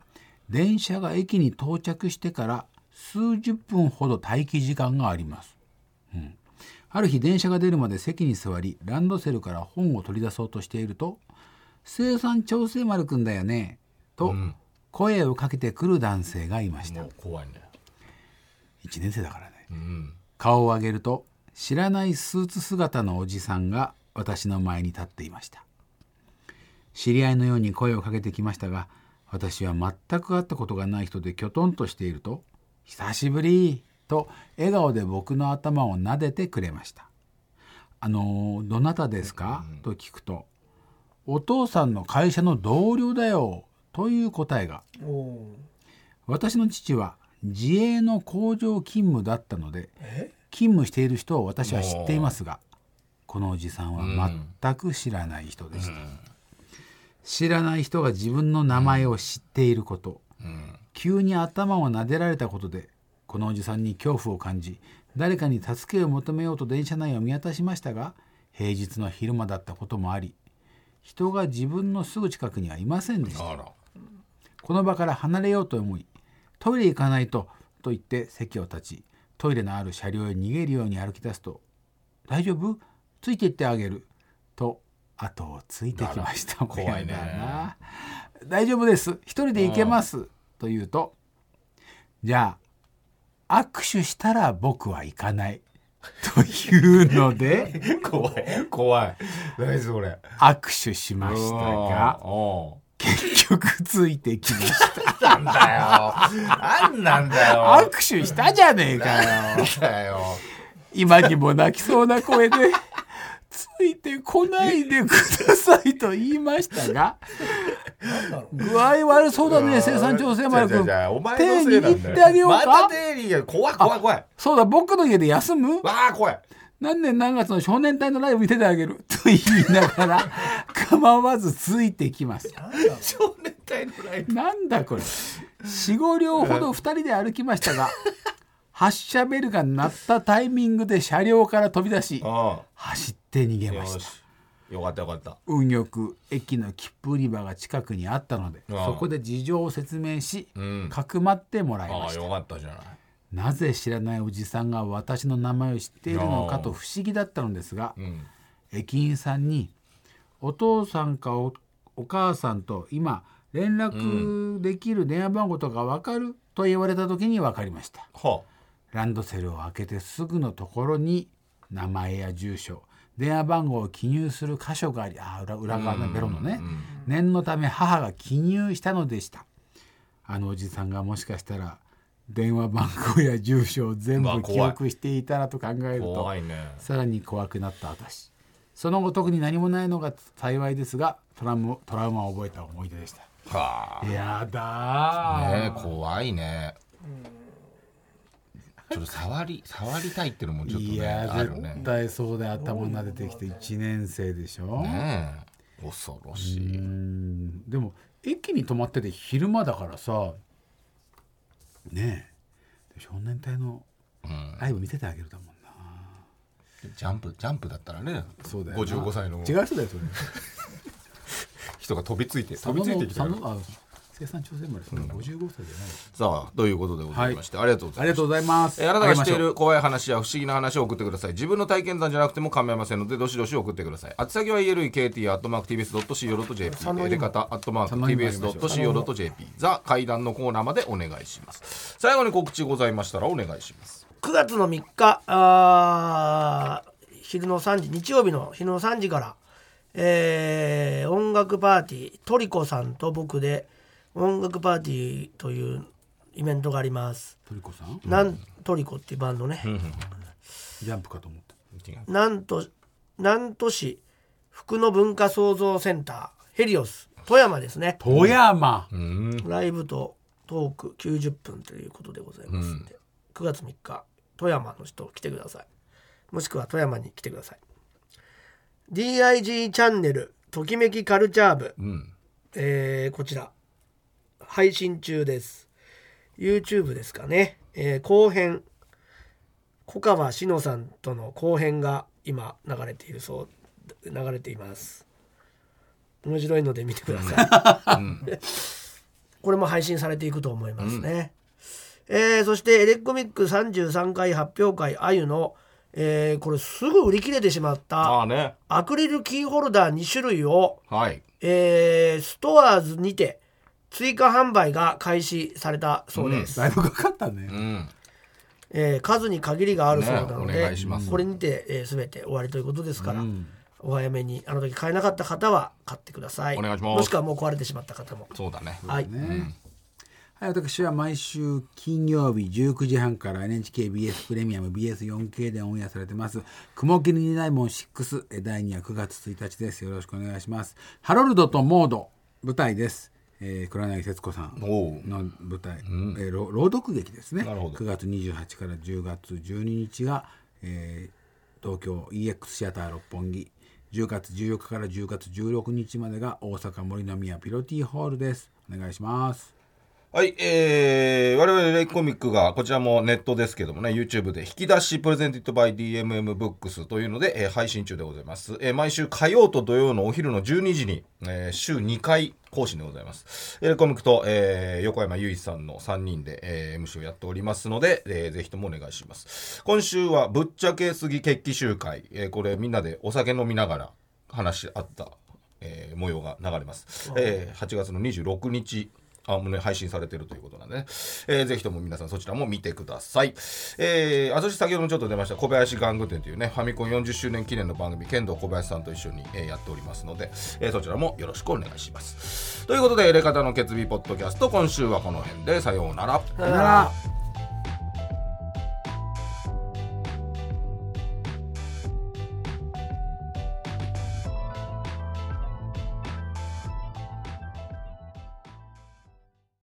Speaker 4: 電車が駅に到着してから数十分ほど待機時間がありますある日電車が出るまで席に座りランドセルから本を取り出そうとしていると「生産調整丸くんだよね」と声をかけてくる男性がいました、
Speaker 3: もう怖いね。
Speaker 4: 1年生だからね
Speaker 3: うん。
Speaker 4: 顔を上げると知らないスーツ姿のおじさんが私の前に立っていました知り合いのように声をかけてきましたが私は全く会ったことがない人できょとんとしていると「久しぶり!」と笑顔で僕の頭を撫でてくれました「あのーどなたですか?」と聞くと「お父さんの会社の同僚だよ」という答えが
Speaker 2: おお
Speaker 4: 私の父は自営の工場勤務だったので勤務している人を私は知っていますがこのおじさんは全く知らない人でした、知らない人が自分の名前を知っていること、急に頭を撫でられたことでこのおじさんに恐怖を感じ誰かに助けを求めようと電車内を見渡しましたが平日の昼間だったこともあり人が自分のすぐ近くにはいませんでした
Speaker 3: あら。
Speaker 4: この場から離れようと思いトイレ行かないとと言って席を立ちトイレのある車両へ逃げるように歩き出すと「大丈夫ついて行ってあげる」と後をついてきました
Speaker 3: ら怖いね
Speaker 4: やだな大丈夫です一人で行けます」と言うと「じゃあ握手したら僕は行かない」というので
Speaker 3: [LAUGHS] 怖い。怖い。何それ。
Speaker 4: 握手しましたが
Speaker 3: お
Speaker 4: 結局ついてきました。
Speaker 3: [LAUGHS] なんだよ。なんなんだよ。
Speaker 4: 握手したじゃねえかよ
Speaker 3: なんだよ。
Speaker 4: 今にも泣きそうな声で「ついてこないでください」と言いましたが具合悪そうだね生産調整丸
Speaker 3: じゃあ
Speaker 4: 君
Speaker 3: じゃあお前
Speaker 4: 手
Speaker 3: のせいなんだよ
Speaker 4: 握ってあげよう
Speaker 3: また
Speaker 4: か
Speaker 3: 手握る。怖い怖い怖い。
Speaker 4: そうだ僕の家で休む
Speaker 3: わあ怖い。
Speaker 4: 何年何月の少年隊のライブ見ててあげると言いながら構わずついてきます
Speaker 3: 少年隊のライブ。
Speaker 4: なんだこれ45両ほど2人で歩きましたが発車ベルが鳴ったタイミングで車両から飛び出し
Speaker 3: あ
Speaker 4: 走って逃げ
Speaker 3: あ。
Speaker 4: まし
Speaker 3: よ
Speaker 4: た
Speaker 3: し。よかったよかった。
Speaker 4: 運よく駅の切符売り場が近くにあったので
Speaker 3: ああ
Speaker 4: そこで事情を説明し、
Speaker 3: ん
Speaker 4: かくまってもらい
Speaker 3: あ
Speaker 4: ま
Speaker 3: あ
Speaker 4: し
Speaker 3: よ
Speaker 4: た
Speaker 3: かったじゃない。
Speaker 4: なぜ知らないおじさんが私の名前を知っているのかと不思議だったのですが、
Speaker 3: うん。
Speaker 4: 駅員さんに「お父さんかおお母さんと今連絡できる電話番号とか分かる?」と言われた時に分かりました。
Speaker 3: は
Speaker 4: ランドセルを開けてすぐのところに名前や住所電話番号を記入する箇所がありあー裏裏側のベロのね念のため母が記入したのでしたあのおじさんがもしかしたら電話番号や住所を全
Speaker 3: うわ
Speaker 4: 部記
Speaker 3: 怖い
Speaker 4: 憶していたらと考え
Speaker 3: あ。
Speaker 4: ると
Speaker 3: 怖いね。
Speaker 4: さらに怖くなった私その後特に何もないのが幸いですがトラウマトラウマを覚えた思い出でした
Speaker 3: はあ。
Speaker 4: やだー、
Speaker 3: ね怖いね。ちょっと触り触りたいっていうのもちょっと
Speaker 4: い
Speaker 3: ね
Speaker 4: や
Speaker 3: あるね
Speaker 4: 絶。対そうで頭撫でてきて1年生でしょ、
Speaker 3: ねえ恐ろしい。
Speaker 4: うんでも駅に泊まってて昼間だからさねえ少年隊の
Speaker 3: うん
Speaker 4: ライブ見ててあげるだもんな
Speaker 3: ジャンプジャンプだったらね。
Speaker 4: そうだよな
Speaker 3: 五十五歳の
Speaker 4: 違う人だよそれ
Speaker 3: 人が飛びついて飛びついてきた
Speaker 4: 佐
Speaker 3: よ
Speaker 4: 野。のあ生産調整までそんな55歳じゃない、
Speaker 3: さあということでございまして、ありがとうございます
Speaker 4: ありがとうございます
Speaker 3: えーあなたが知ってい
Speaker 4: あげましょ
Speaker 3: る怖い話や不思議な話を送ってください。自分の体験談じゃなくても構いませんので、どしどし送ってください。宛先は elekt.tbs.co.jp、エレカタ .tbs.co.jp、ザ階段のコーナーまでお願いします。最後に告知ございましたらお願いします。
Speaker 2: 9月の3日あー昼の3時日曜日の昼の3時から、えー音楽パーティートリコさんと僕で音楽パーティーというイベントがあります。
Speaker 4: トリコさん
Speaker 2: なんトリコっていうバンドね。
Speaker 4: ジャンプかと思った
Speaker 2: なんとなんと市福の文化創造センターヘリオス富山ですね。
Speaker 4: 富山、
Speaker 2: ライブとトーク90分ということでございますんで、9月3日富山の人来てくださいもしくは富山に来てください DIG チャンネルときめきカルチャー部、
Speaker 3: うん
Speaker 2: えーこちら配信中です YouTube ですかね、えー後編小川志乃さんとの後編が今流れているそう流れています面白いので見てください [LAUGHS] これも配信されていくと思いますね、えーそしてエレコミック33回発表会あゆの、えーこれすぐ売り切れてしまった
Speaker 3: ああね
Speaker 2: アクリルキーホルダー2種類を
Speaker 3: はい
Speaker 2: えーストアーズにて追加販売が開始されたそうです、
Speaker 4: だいぶかかったね、
Speaker 3: うん
Speaker 2: えー数に限りがあるそうなの
Speaker 3: ねお
Speaker 2: で、
Speaker 3: 願いします
Speaker 2: これにて、えー、全て終わりということですから、お早めにあの時買えなかった方は買ってください
Speaker 3: お願いします
Speaker 2: もしくはもう壊れてしまった方も、
Speaker 3: そうだね
Speaker 2: はい、
Speaker 4: はい、私は毎週金曜日19時半から NHKBS プレミアム BS4K でオンエアされてます「雲霧にないもん6」え第2話9月1日ですよろしくお願いしますハロルドとモード舞台です、えー、黒柳節子さん
Speaker 3: おう
Speaker 4: の舞台、えーろ朗読劇ですね
Speaker 3: なるほど
Speaker 4: 9月28から10月12日が、えー東京 EX シアター六本木10月14日から10月16日までが大阪森の宮ピロティホールですお願いします
Speaker 3: はい、えー、我々レイコミックが、こちらもネットですけどもね、YouTube で引き出しプレゼンティットバイ DMM ブックスというので、えー配信中でございます。えー毎週火曜と土曜のお昼の12時に、えー週2回更新でございます。えーレイコミックと、えー横山由依さんの3人で、えー MC をやっておりますので、えーぜひともお願いします。今週は、ぶっちゃけすぎ決起集会。えーこれみんなでお酒飲みながら話し合ったえー模様が流れます、えー8月の26日あもうね配信されてるということなんでね、えーぜひとも皆さんそちらも見てください、えー、あそして先ほどもちょっと出ました小林玩具店というねファミコン40周年記念の番組剣道小林さんと一緒に、えーやっておりますので、えーそちらもよろしくお願いしますということで「エレカタの決意ポッドキャスト」今週はこの辺でさようなら
Speaker 2: さよなら